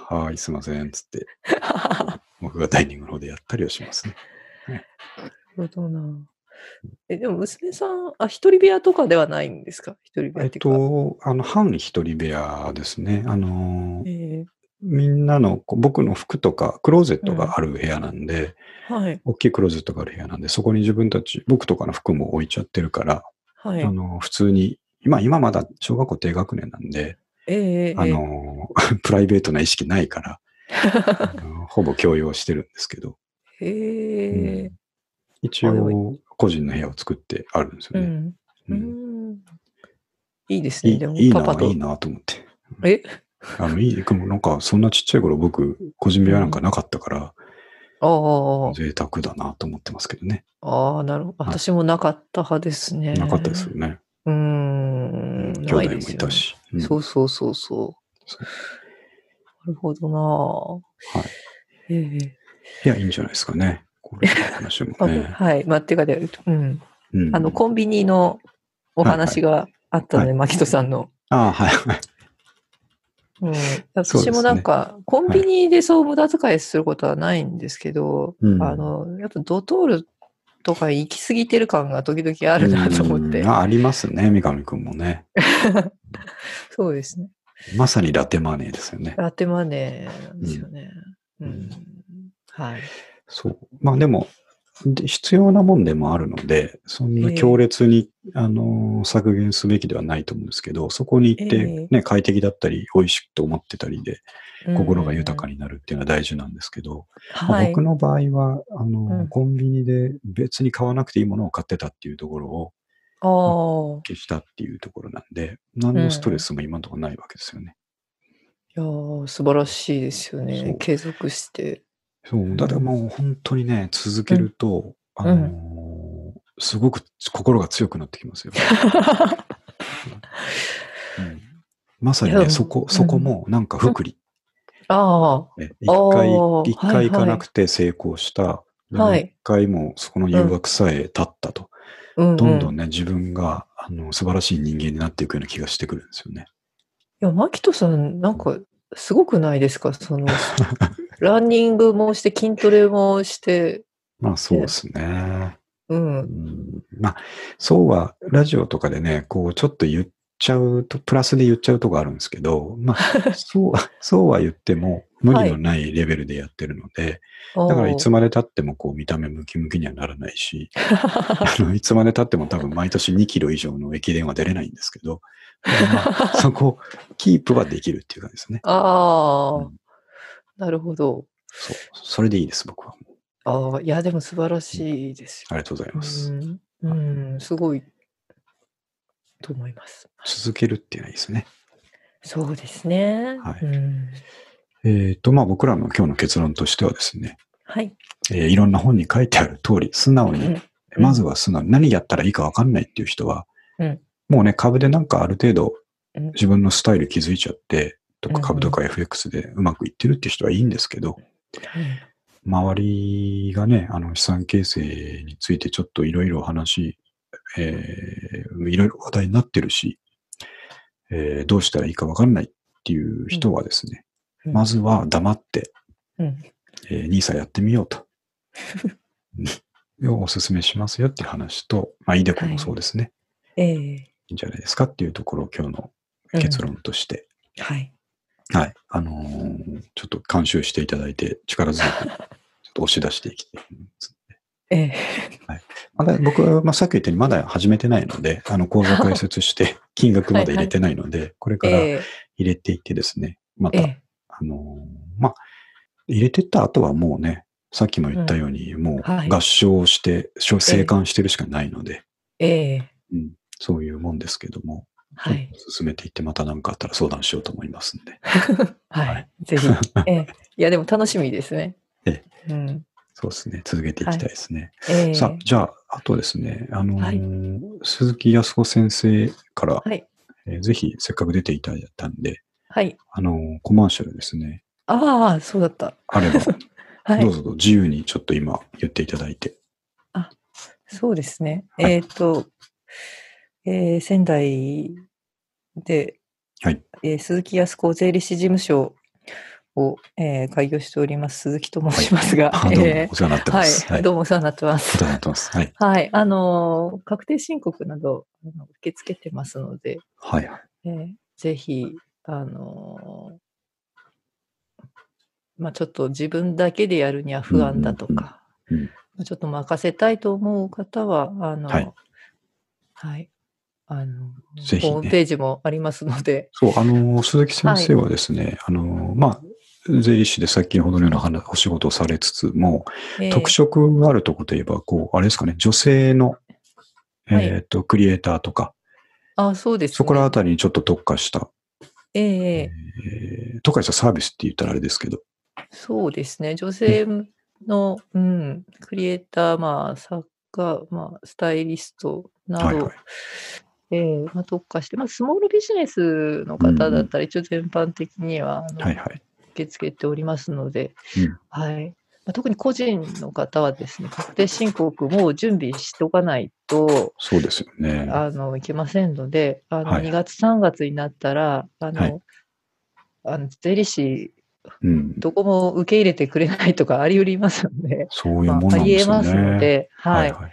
A: はーい、すいません、つって、
B: な
A: 僕がダイニングの方でやったりはしますね。
B: るほどな。え、でも娘さん、あ、一人部屋とかではないんですか一人部
A: え
B: 屋
A: っ
B: っていうか。
A: と、あの、半一人部屋ですね。あのー、
B: え
A: みんなの、こう僕の服とか、クローゼットがある部屋なんで、
B: えはい。
A: 大きいクローゼットがある部屋なんで、そこに自分たち、僕とかの服も置いちゃってるから、
B: は
A: あ
B: い。
A: の、普通に、今、今まだ小学校低学年なんで、
B: ええええ
A: あの、 プライベートな意識ないから、あ のほぼ共用してるんですけど、
B: へえ
A: うん一応、個人の部屋を作ってあるんです
B: う
A: よね。
B: ん。
A: う
B: うんん。いいです
A: い
B: ね。
A: い
B: でも
A: いい、
B: パパ
A: な、
B: と。
A: いいなと思って。
B: え
A: あの、いい、でもなんか、そんなちっちゃい頃僕、個人部屋なんかなかったから、
B: ああ
A: 贅沢だなと思ってますけどね。
B: ああ、なるほど。
A: はい
B: 私もなかった派ですね。
A: なかったですよ。ね。
B: うーん。
A: 兄
B: な
A: 弟
B: い
A: も
B: で
A: い
B: すよね
A: たし。うん
B: そうそうそうそう
A: そう。
B: るほどなぁ
A: はい
B: え
A: い
B: え
A: や、いいんじゃないですかね。これの話も
B: あ
A: ね。
B: はい。まあ、てかで、うん。
A: うん、
B: あの、コンビニのお話があったの
A: は
B: で、牧人さんの。
A: ああ、はいはい。
B: うん、
A: そうです
B: 私
A: ね
B: もなんか、コンビニでそう無駄遣いすることはないんですけど、
A: うん
B: あの、やっぱドトールとか行き過ぎてる感が時々あるなと思っ
A: う
B: て
A: ん。あありますね、三上くんもね。
B: そうですね。
A: まさにラテマネーですよね。
B: ラテマネーなんですよね。
A: う
B: うんん。はい。
A: そう。まあでも、で必要なもんでもあるので、そんな強烈に、あのー削減すべきではないと思うんですけど、そこに行って、ね
B: え
A: 快適だったり、美味しくと思ってたりで、
B: うん
A: 心が豊か。になるっていうのは大事なんですけど、まあ
B: はい
A: 僕。の場合は、あのー
B: うん
A: コンビニで別に買わなくていいものを買ってたっていうところを
B: ああ。
A: 消したっていうところなんで、何のストレスも今のところないわけですよね。
B: いやー素晴らしいですよ
A: そう
B: ね。継続して。
A: そう、だからもう本当にね、続けると、あのーすごく心が強くなってき ますよ。うんまさに
B: い
A: ね、
B: や
A: そこ、そこもなんか福利。
B: あ
A: ね一
B: あ
A: 回、
B: ー
A: 一
B: はいは
A: 回
B: い
A: 行かなくて成功した。でも
B: は
A: 一、
B: い
A: 回もそこの誘惑さえ立ったと。
B: あ、うん、うん。
A: どんどん
B: い
A: ね、自分があの素晴らしい人間になっていくような気がしてくるんですよね。
B: や、牧人さん、なんか、すごくないですかそ の、ランニングもして、筋トレもして、
A: まあそうですね。
B: う。
A: うんんまあ、そうは、ラジオとかでね、こう、ちょっと言っちゃうと、プラスで言っちゃうとこあるんですけど、まあ、そう、そうは言っても、無理のないレベルでやってるので、だからいつ
B: も。
A: まで経ってもこう見た目ムキムキにはならないし、あのいつまで経っても多分毎年2キロ以上の駅伝は出れないんですけど、まあそこ、キープはできるっていう感じですね。
B: ああ、
A: うん
B: なるほど。
A: そう。それでいいです、僕は。
B: ああ、いや、でも素晴らしいです
A: ありがとうござい
B: よ。
A: ます。
B: うん、うん、すごい、と思います。
A: 続けるっていうのはいいですね。
B: そうですね。
A: はい
B: うん、
A: えっ、と、まあ僕らの今日の結論としてはですね、
B: はい。
A: えーいろんな本に書いてある通り、素直に、
B: うん
A: まずは素直に何やったらいいか分かんないっていう人は、
B: うん
A: もうね、株でなんかある程度
B: うん
A: 自分のスタイル気づいちゃって、とか
B: うん
A: 株とか FX でうまくいってるって人はいいんですけど、
B: うん
A: 周りがね、あの資産形成についてちょっといろいろ話、えーいろいろ話題になってるし、えーどうしたらいいか分かんないっていう人はですね、
B: うん
A: まずは黙って
B: うん
A: えー、NISA やってみよう と。をおすすめしますよっていう話と、まあ、イデコもそうですね、い、
B: ええ
A: いんじゃないですかっていうところを今日の結論として、
B: はい。
A: はい、あのーちょっと監修していただいて、力強 くちょっと押し出していきたい。
B: ええ
A: まだ僕は、まあ、さっき言ったようにまだ始めてないので、あの、講座解説 して、金額まだ入れてないので、これから入
B: え
A: れていってですね、ま
B: え
A: た、あのーまあ、入れてった後はもうね、さっきも言ったように、も
B: はいう
A: 合唱して、しょ生還してるしかないので、
B: ええ
A: うん、そういうもんですけども、
B: はい。
A: 進めていってまた何かあったら相談しようと思いますんで。
B: は。
A: はい
B: ぜひ。ええいや、でも楽しみですね。
A: え
B: うん。
A: そうですね。続けていきたいですね。
B: ええ
A: さあ、じゃあ、あとですね、あのー
B: はい
A: 鈴木康子先生から、
B: はい。
A: えーぜひせっかく出ていただいたんで、
B: はい。
A: あのーコマーシャルですね、
B: ああ、そうだった。
A: あれば、
B: は
A: どう
B: い。
A: ぞどうぞ自由にちょっと今言っていただいて。
B: そうですね。
A: はい
B: えっ、と、えー仙台で、
A: はい
B: えー鈴木康子税理士事務所を、えー開業しております鈴木と申しますが、
A: あどうもお
B: え
A: 世話になって
B: ー
A: ま
B: はい
A: す。、はい。
B: どうもお世話になってま
A: お
B: す
A: 世。話になってます。はい。
B: はい、あのー確定申告などあの受け付けてますので、
A: はい。
B: えーぜひ、あのーまあ、ちょっと自分だけでやるには不安だとか、
A: うんうんうん
B: まあちょっと任せたいと思う方は、あのー
A: はい
B: はいあのー
A: ぜひね
B: ホームページもありますので、
A: そう、あの、鈴木先生はですね、あの、まあ、税理士で先ほどのような話お仕事をされつつも、
B: えー
A: 特色があるとこといえば、こう、あれですかね、女性の、
B: はい
A: えっ、と、クリエイターとか、
B: あそうです、ね、
A: そこらあたりにちょっと特化した、
B: えー
A: えー特化したサービスって言ったらあれですけど、
B: そうですね、女性の、うん、クリエイター、まあ、作家、まあ、スタイリストなど、
A: はいはい
B: えーまあ、特化して、まあ、スモールビジネスの方だったら、一応全般的には、あの
A: はいはい。
B: 受け付けておりますので、
A: うん
B: はいまあ、特に個人の方はですね、確定申告も準備しておかないと、
A: そうですよね。
B: あのいけませんので、あの
A: はい
B: 2月、3月になったら、あの
A: はい
B: あの税理士、
A: うん。
B: どこも受け入れてくれないとかあり得りますので、
A: そういう
B: ま
A: もん
B: あ、
A: なん
B: あり
A: で
B: え
A: すよ
B: ますの
A: ね。
B: で、はい
A: はい。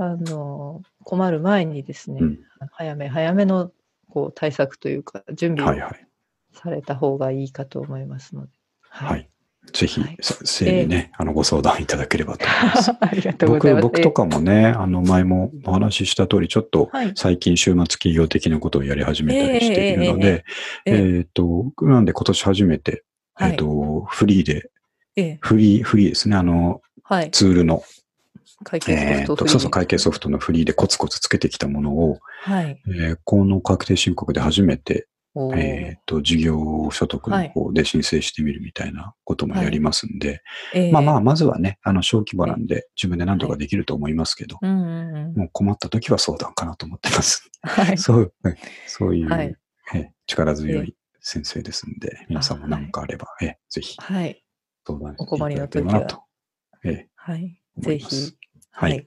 B: あの困る前にですね、
A: うん
B: 早め早めのこう対策というか、準備
A: はい
B: を
A: はい。
B: された方がいいかと思いますので。は
A: は。い。ぜひ
B: はい、
A: さ整理ね、あの、ご相談いただければと思い ます。
B: ありがとうござ
A: 僕、
B: います。
A: 僕とかもね、あの、前もお話しした通り、ちょっと、
B: はい。
A: 最近週末企業的なことをやり始めたりしているので、
B: えええええ
A: えっと、なんで今年初めて、
B: はい
A: えっと、フリーで、
B: ええ、
A: フリー、フリーですね、あの、
B: はい。
A: ツールの、
B: 会計
A: えっ
B: ソフト
A: と、
B: フリー
A: そうそう、会計ソフトのフリーでコツコツつけてきたものを、
B: はい。
A: えーこの確定申告で初めて、
B: おー
A: えっと、事業所得の方で申請してみるみたいなこともやりますんで、
B: ええ
A: まあまあ、まずはね、あの、小規模なんで、自分で何とかできると思いますけど、
B: うんうんうん。
A: もう困った時は相談かなと思ってます。
B: はい。
A: そう、はいそういう、
B: はい
A: ええ力強い先生ですんで、皆さんも何かあれば、ええぜひ
B: はい。
A: 相談してい
B: お
A: た
B: 困り
A: だ
B: の
A: けれ
B: 時
A: ば
B: は
A: なと。ええ
B: はい。
A: 思
B: ぜ
A: います
B: ひ。
A: はい。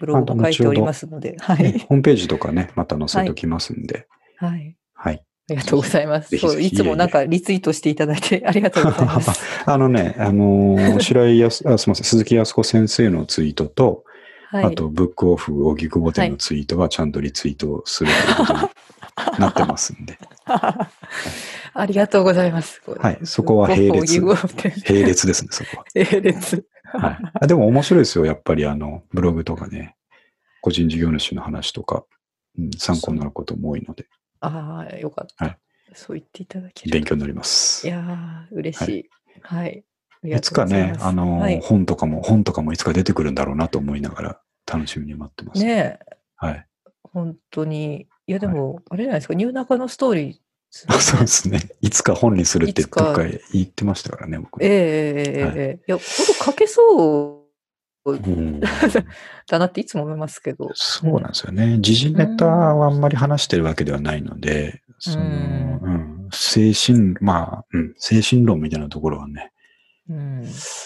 B: ブログも書いておりますので。は
A: ええ
B: い。
A: ホームページとかね、また載せときますんで、
B: はい。
A: はい。
B: ありがとうございます。
A: ぜひぜ
B: そう、
A: ひ
B: いつもなんかリツイートしていただいてありがとうござ います。
A: あのね、あのー白井康あ、すみません、鈴木康子先生のツイートと、
B: はい。
A: あと、ブックオフ、荻窪店のツイートはちゃんとリツイートするということになってますんで、
B: ありがとうございます。
A: はいそこは並列
B: ご報告を
A: 並列ですね、そこは。
B: 並列。
A: はい、 あでも面白いですよ、やっぱりあのブログとかね、個人事業主の話とか、うん、参考になることも多いので、
B: ああ、よかっ
A: はい
B: た。そう言っていただけ
A: 勉
B: る
A: 強になりま
B: と。
A: す。
B: い
A: い
B: やー、嬉しい。はい。ありが
A: つ
B: とう
A: か
B: ござい
A: ね
B: ま、す
A: あの、
B: はい
A: 本とかも、本とかもいつか出てくるんだろうなと思いながら、楽しみに待ってます。
B: ねえ
A: はい。。
B: 本当に。いや、でも、あれじゃないですか、ニューナカのストーリー
A: そうですね。いつか本にするって
B: い
A: ど
B: つか
A: っか言ってましたからね、僕。
B: ええええええ
A: はい
B: ええ。いや、本当書けそう
A: う ん、
B: だなっていつも思いますけど。
A: そうなんですよね。時事ネタはあんまり話してるわけではないので、その、
B: う
A: うん、精神、まあ、うん、精神論みたいなところはね、
B: うん。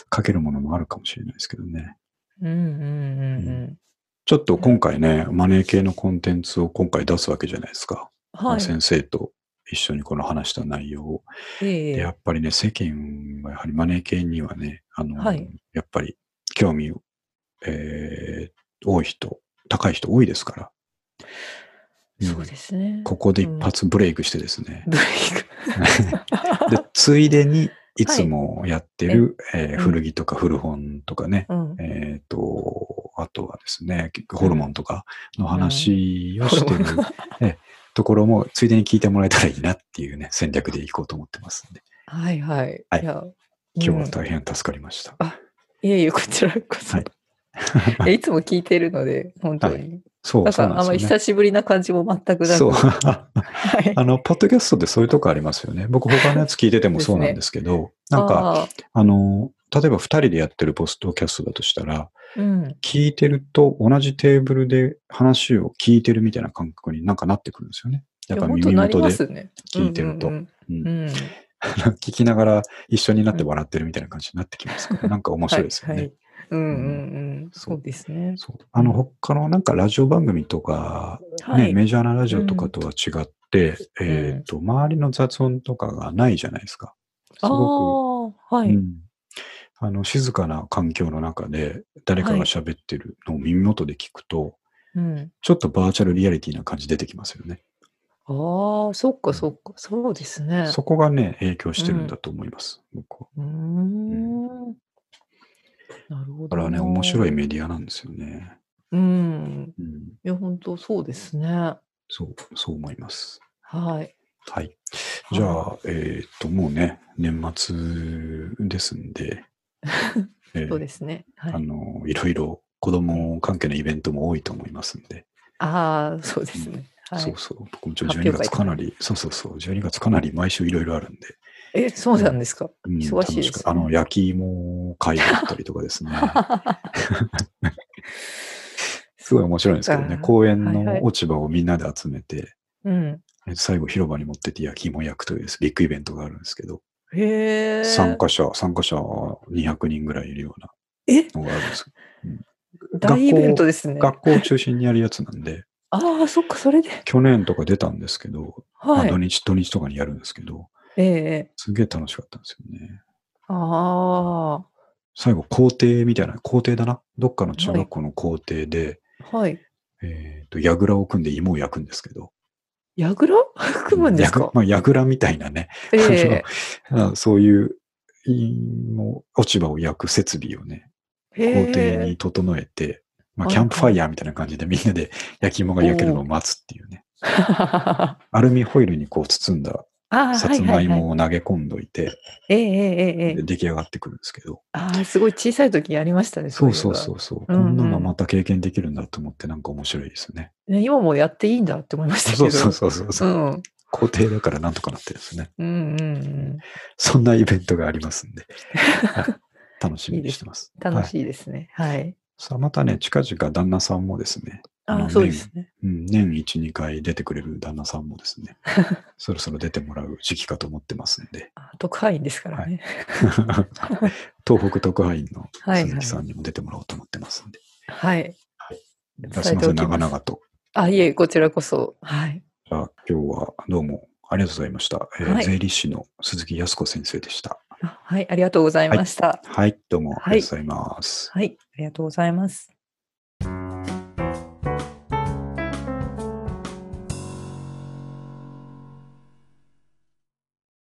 A: かけるものもあるかもしれないですけどね。
B: うんうんうんうん。
A: ちょっと今回ね、マネー系のコンテンツを今回出すわけじゃないですか。
B: はい。
A: 先生と一緒にこの話した内容を。
B: え
A: でや
B: え
A: っぱりね、世間はやはりマネー系にはね、あの、
B: はい
A: やっぱり興味、えー多い人、高い人多いですから。うん
B: そうですね。
A: ここで一発ブレイクしてですね。
B: ブレイク。
A: で、ついでに、いつもやって る、えー
B: うん
A: 古着とか古本とかね、
B: うん。
A: えっ、と、あとはですね、ホルモンとかの話をしてる、えところも、ついでに聞いてもらえたらいいなっていうね、戦略でいこうと思ってますんで、
B: はいはい。
A: はい
B: や、
A: 今日
B: う
A: は
B: ん
A: 大変助かりました。
B: いえいえ、こちらこそ。
A: はい
B: いや、いつも聞いてるので、本当に。
A: そう、
B: だ
A: そ
B: か
A: う
B: ら、あん
A: な
B: ま
A: んで
B: り
A: すよね。
B: 久しぶりな感じも全くなく。
A: そう。
B: はい。
A: あの、ポッドキャストってそういうとこありますよね。僕、他のやつ聞いててもそうなんですけど、なんか、
B: あ
A: あの、例えば2人でやってるポストキャストだとしたら、
B: ー、うん。
A: 聞いてると同じテーブルで話を聞いてるみたいな感覚になんかなってくるんですよね。やっぱ
B: 本
A: 耳
B: 当なり
A: 元
B: ま
A: で。
B: すね。
A: 聞いてると
B: うん
A: うん
B: うんうん。うん
A: 聞きながら一緒になって笑ってるみたいな感じになってきますから、 なんか面白いですよね。
B: はいはいうんうんうん。
A: そう
B: そうですね。
A: そうあの他のなんかラジオ番組とか、ね
B: はい。
A: メジャーなラジオとかとは違って、
B: ん
A: えっ、と、周りの雑音とかがないじゃないですか。す
B: ああ
A: ご
B: ー、
A: く、
B: は
A: う
B: い。
A: んあの静かな環境の中で誰かが喋ってるのを耳元で聞くと、
B: うん。
A: ちょっとバーチャルリアリティな感じ出てきますよね。
B: ああ、そっかそっか。そうですね。
A: そこがね、影響してるんだと思います。僕は
B: うーん。なるほど。
A: だからね、面白い。メディアなんですよね。
B: うん。
A: うん、
B: いや、本当そうですね。は
A: そう、そう思います。
B: い。
A: はい。じゃあ、えーっと、もうね、年末ですん で、えー
B: そうですね。は
A: あ
B: い。
A: の、いろいろ子供関係のイベントも多いと思いますんで、
B: ああ、そうですね。は
A: そ。
B: いう
A: そう、僕もちょ
B: 発
A: 12
B: 表会
A: 月かなり、そうそうそう、12月かなり毎週いろいろあるんで、
B: え、そうなんですか。
A: うん
B: 忙しいですね
A: 楽かあの、焼き芋会だったりとかです ね、 すごい面白いんですけど
B: そっ
A: ね、
B: か
A: 公園
B: はいは
A: の
B: い
A: 落ち葉をみんなで集めて、
B: うん。
A: えー最後広場に持ってって焼き芋焼くというですビッグイベントがあるんですけど、
B: へえ。
A: 参加者、参加者200人ぐらいいるような
B: え
A: のがあるんですけ
B: 大イベントですね
A: ど。。学校を中心にやるやつなんで、
B: ああ、そっか、それで。
A: 去年とか出たんですけど、まあ
B: はい
A: 土。日、土日とかにやるんですけど、
B: ええ。
A: すげえ楽しかったんですよね。
B: あ
A: 最後、校庭みたいな、校庭だな。どっかの中学校の校庭で、
B: あ。はい。
A: えっ、と、矢倉を組んで芋を焼くんですけど。
B: やぐら 組むんです
A: や
B: か
A: ぐまあ、矢倉みたいなね、
B: え
A: あの
B: え。
A: あそういう芋、落ち葉を焼く設備をね、
B: へ
A: 校庭
B: え。
A: に整えて、まあ、
B: はい
A: キャンプファイヤーみたいな感じでみんなで焼き芋が焼けるのを待つっていうね。アルミホイルにこう包んだ
B: ああ、
A: さ
B: はい
A: つ
B: は
A: まい
B: いはい。
A: もを投げ込んどいて、
B: ええええええ
A: で出来上がってくるんですけど。
B: ああ、すごい小さい時やりましたね。
A: そうそう
B: いえば
A: そうそう。こ
B: うんうん
A: んなのまた経験できるんだと思ってなんか面白いです ね。
B: ね。今もやっていいんだって思いましたけ
A: そ
B: ど。
A: うそうそうそう
B: う
A: そう。
B: ん。
A: 校庭だからなんとかなってるんですね。
B: うんうんうん。
A: そんなイベントがありますん で。楽しみにしてます。
B: 楽
A: はい、
B: しいですね。はい。
A: さあまたね、近々旦那さんもですね、あ
B: あ
A: の
B: あ、そうですね。
A: うん、年1、2回出てくれる旦那さんもです ね、そろそろ出てもらう時期かと思ってますんで、
B: あ特派員ですからね。
A: 東北特派員の
B: はい
A: 鈴木さんにも出てもらおうと思ってますんで。
B: はい。
A: すいません、
B: 伝えておきま
A: 長
B: す
A: 々と。
B: あ、いえ、こちらこそ。はい。
A: じゃあ今日はどうもありがとうございました。えー
B: はい
A: 税理士の鈴木康子先生でした。
B: あはい、ありがとうございました。
A: はい、どうもありがとうございます。
B: はい、ありがとうございます。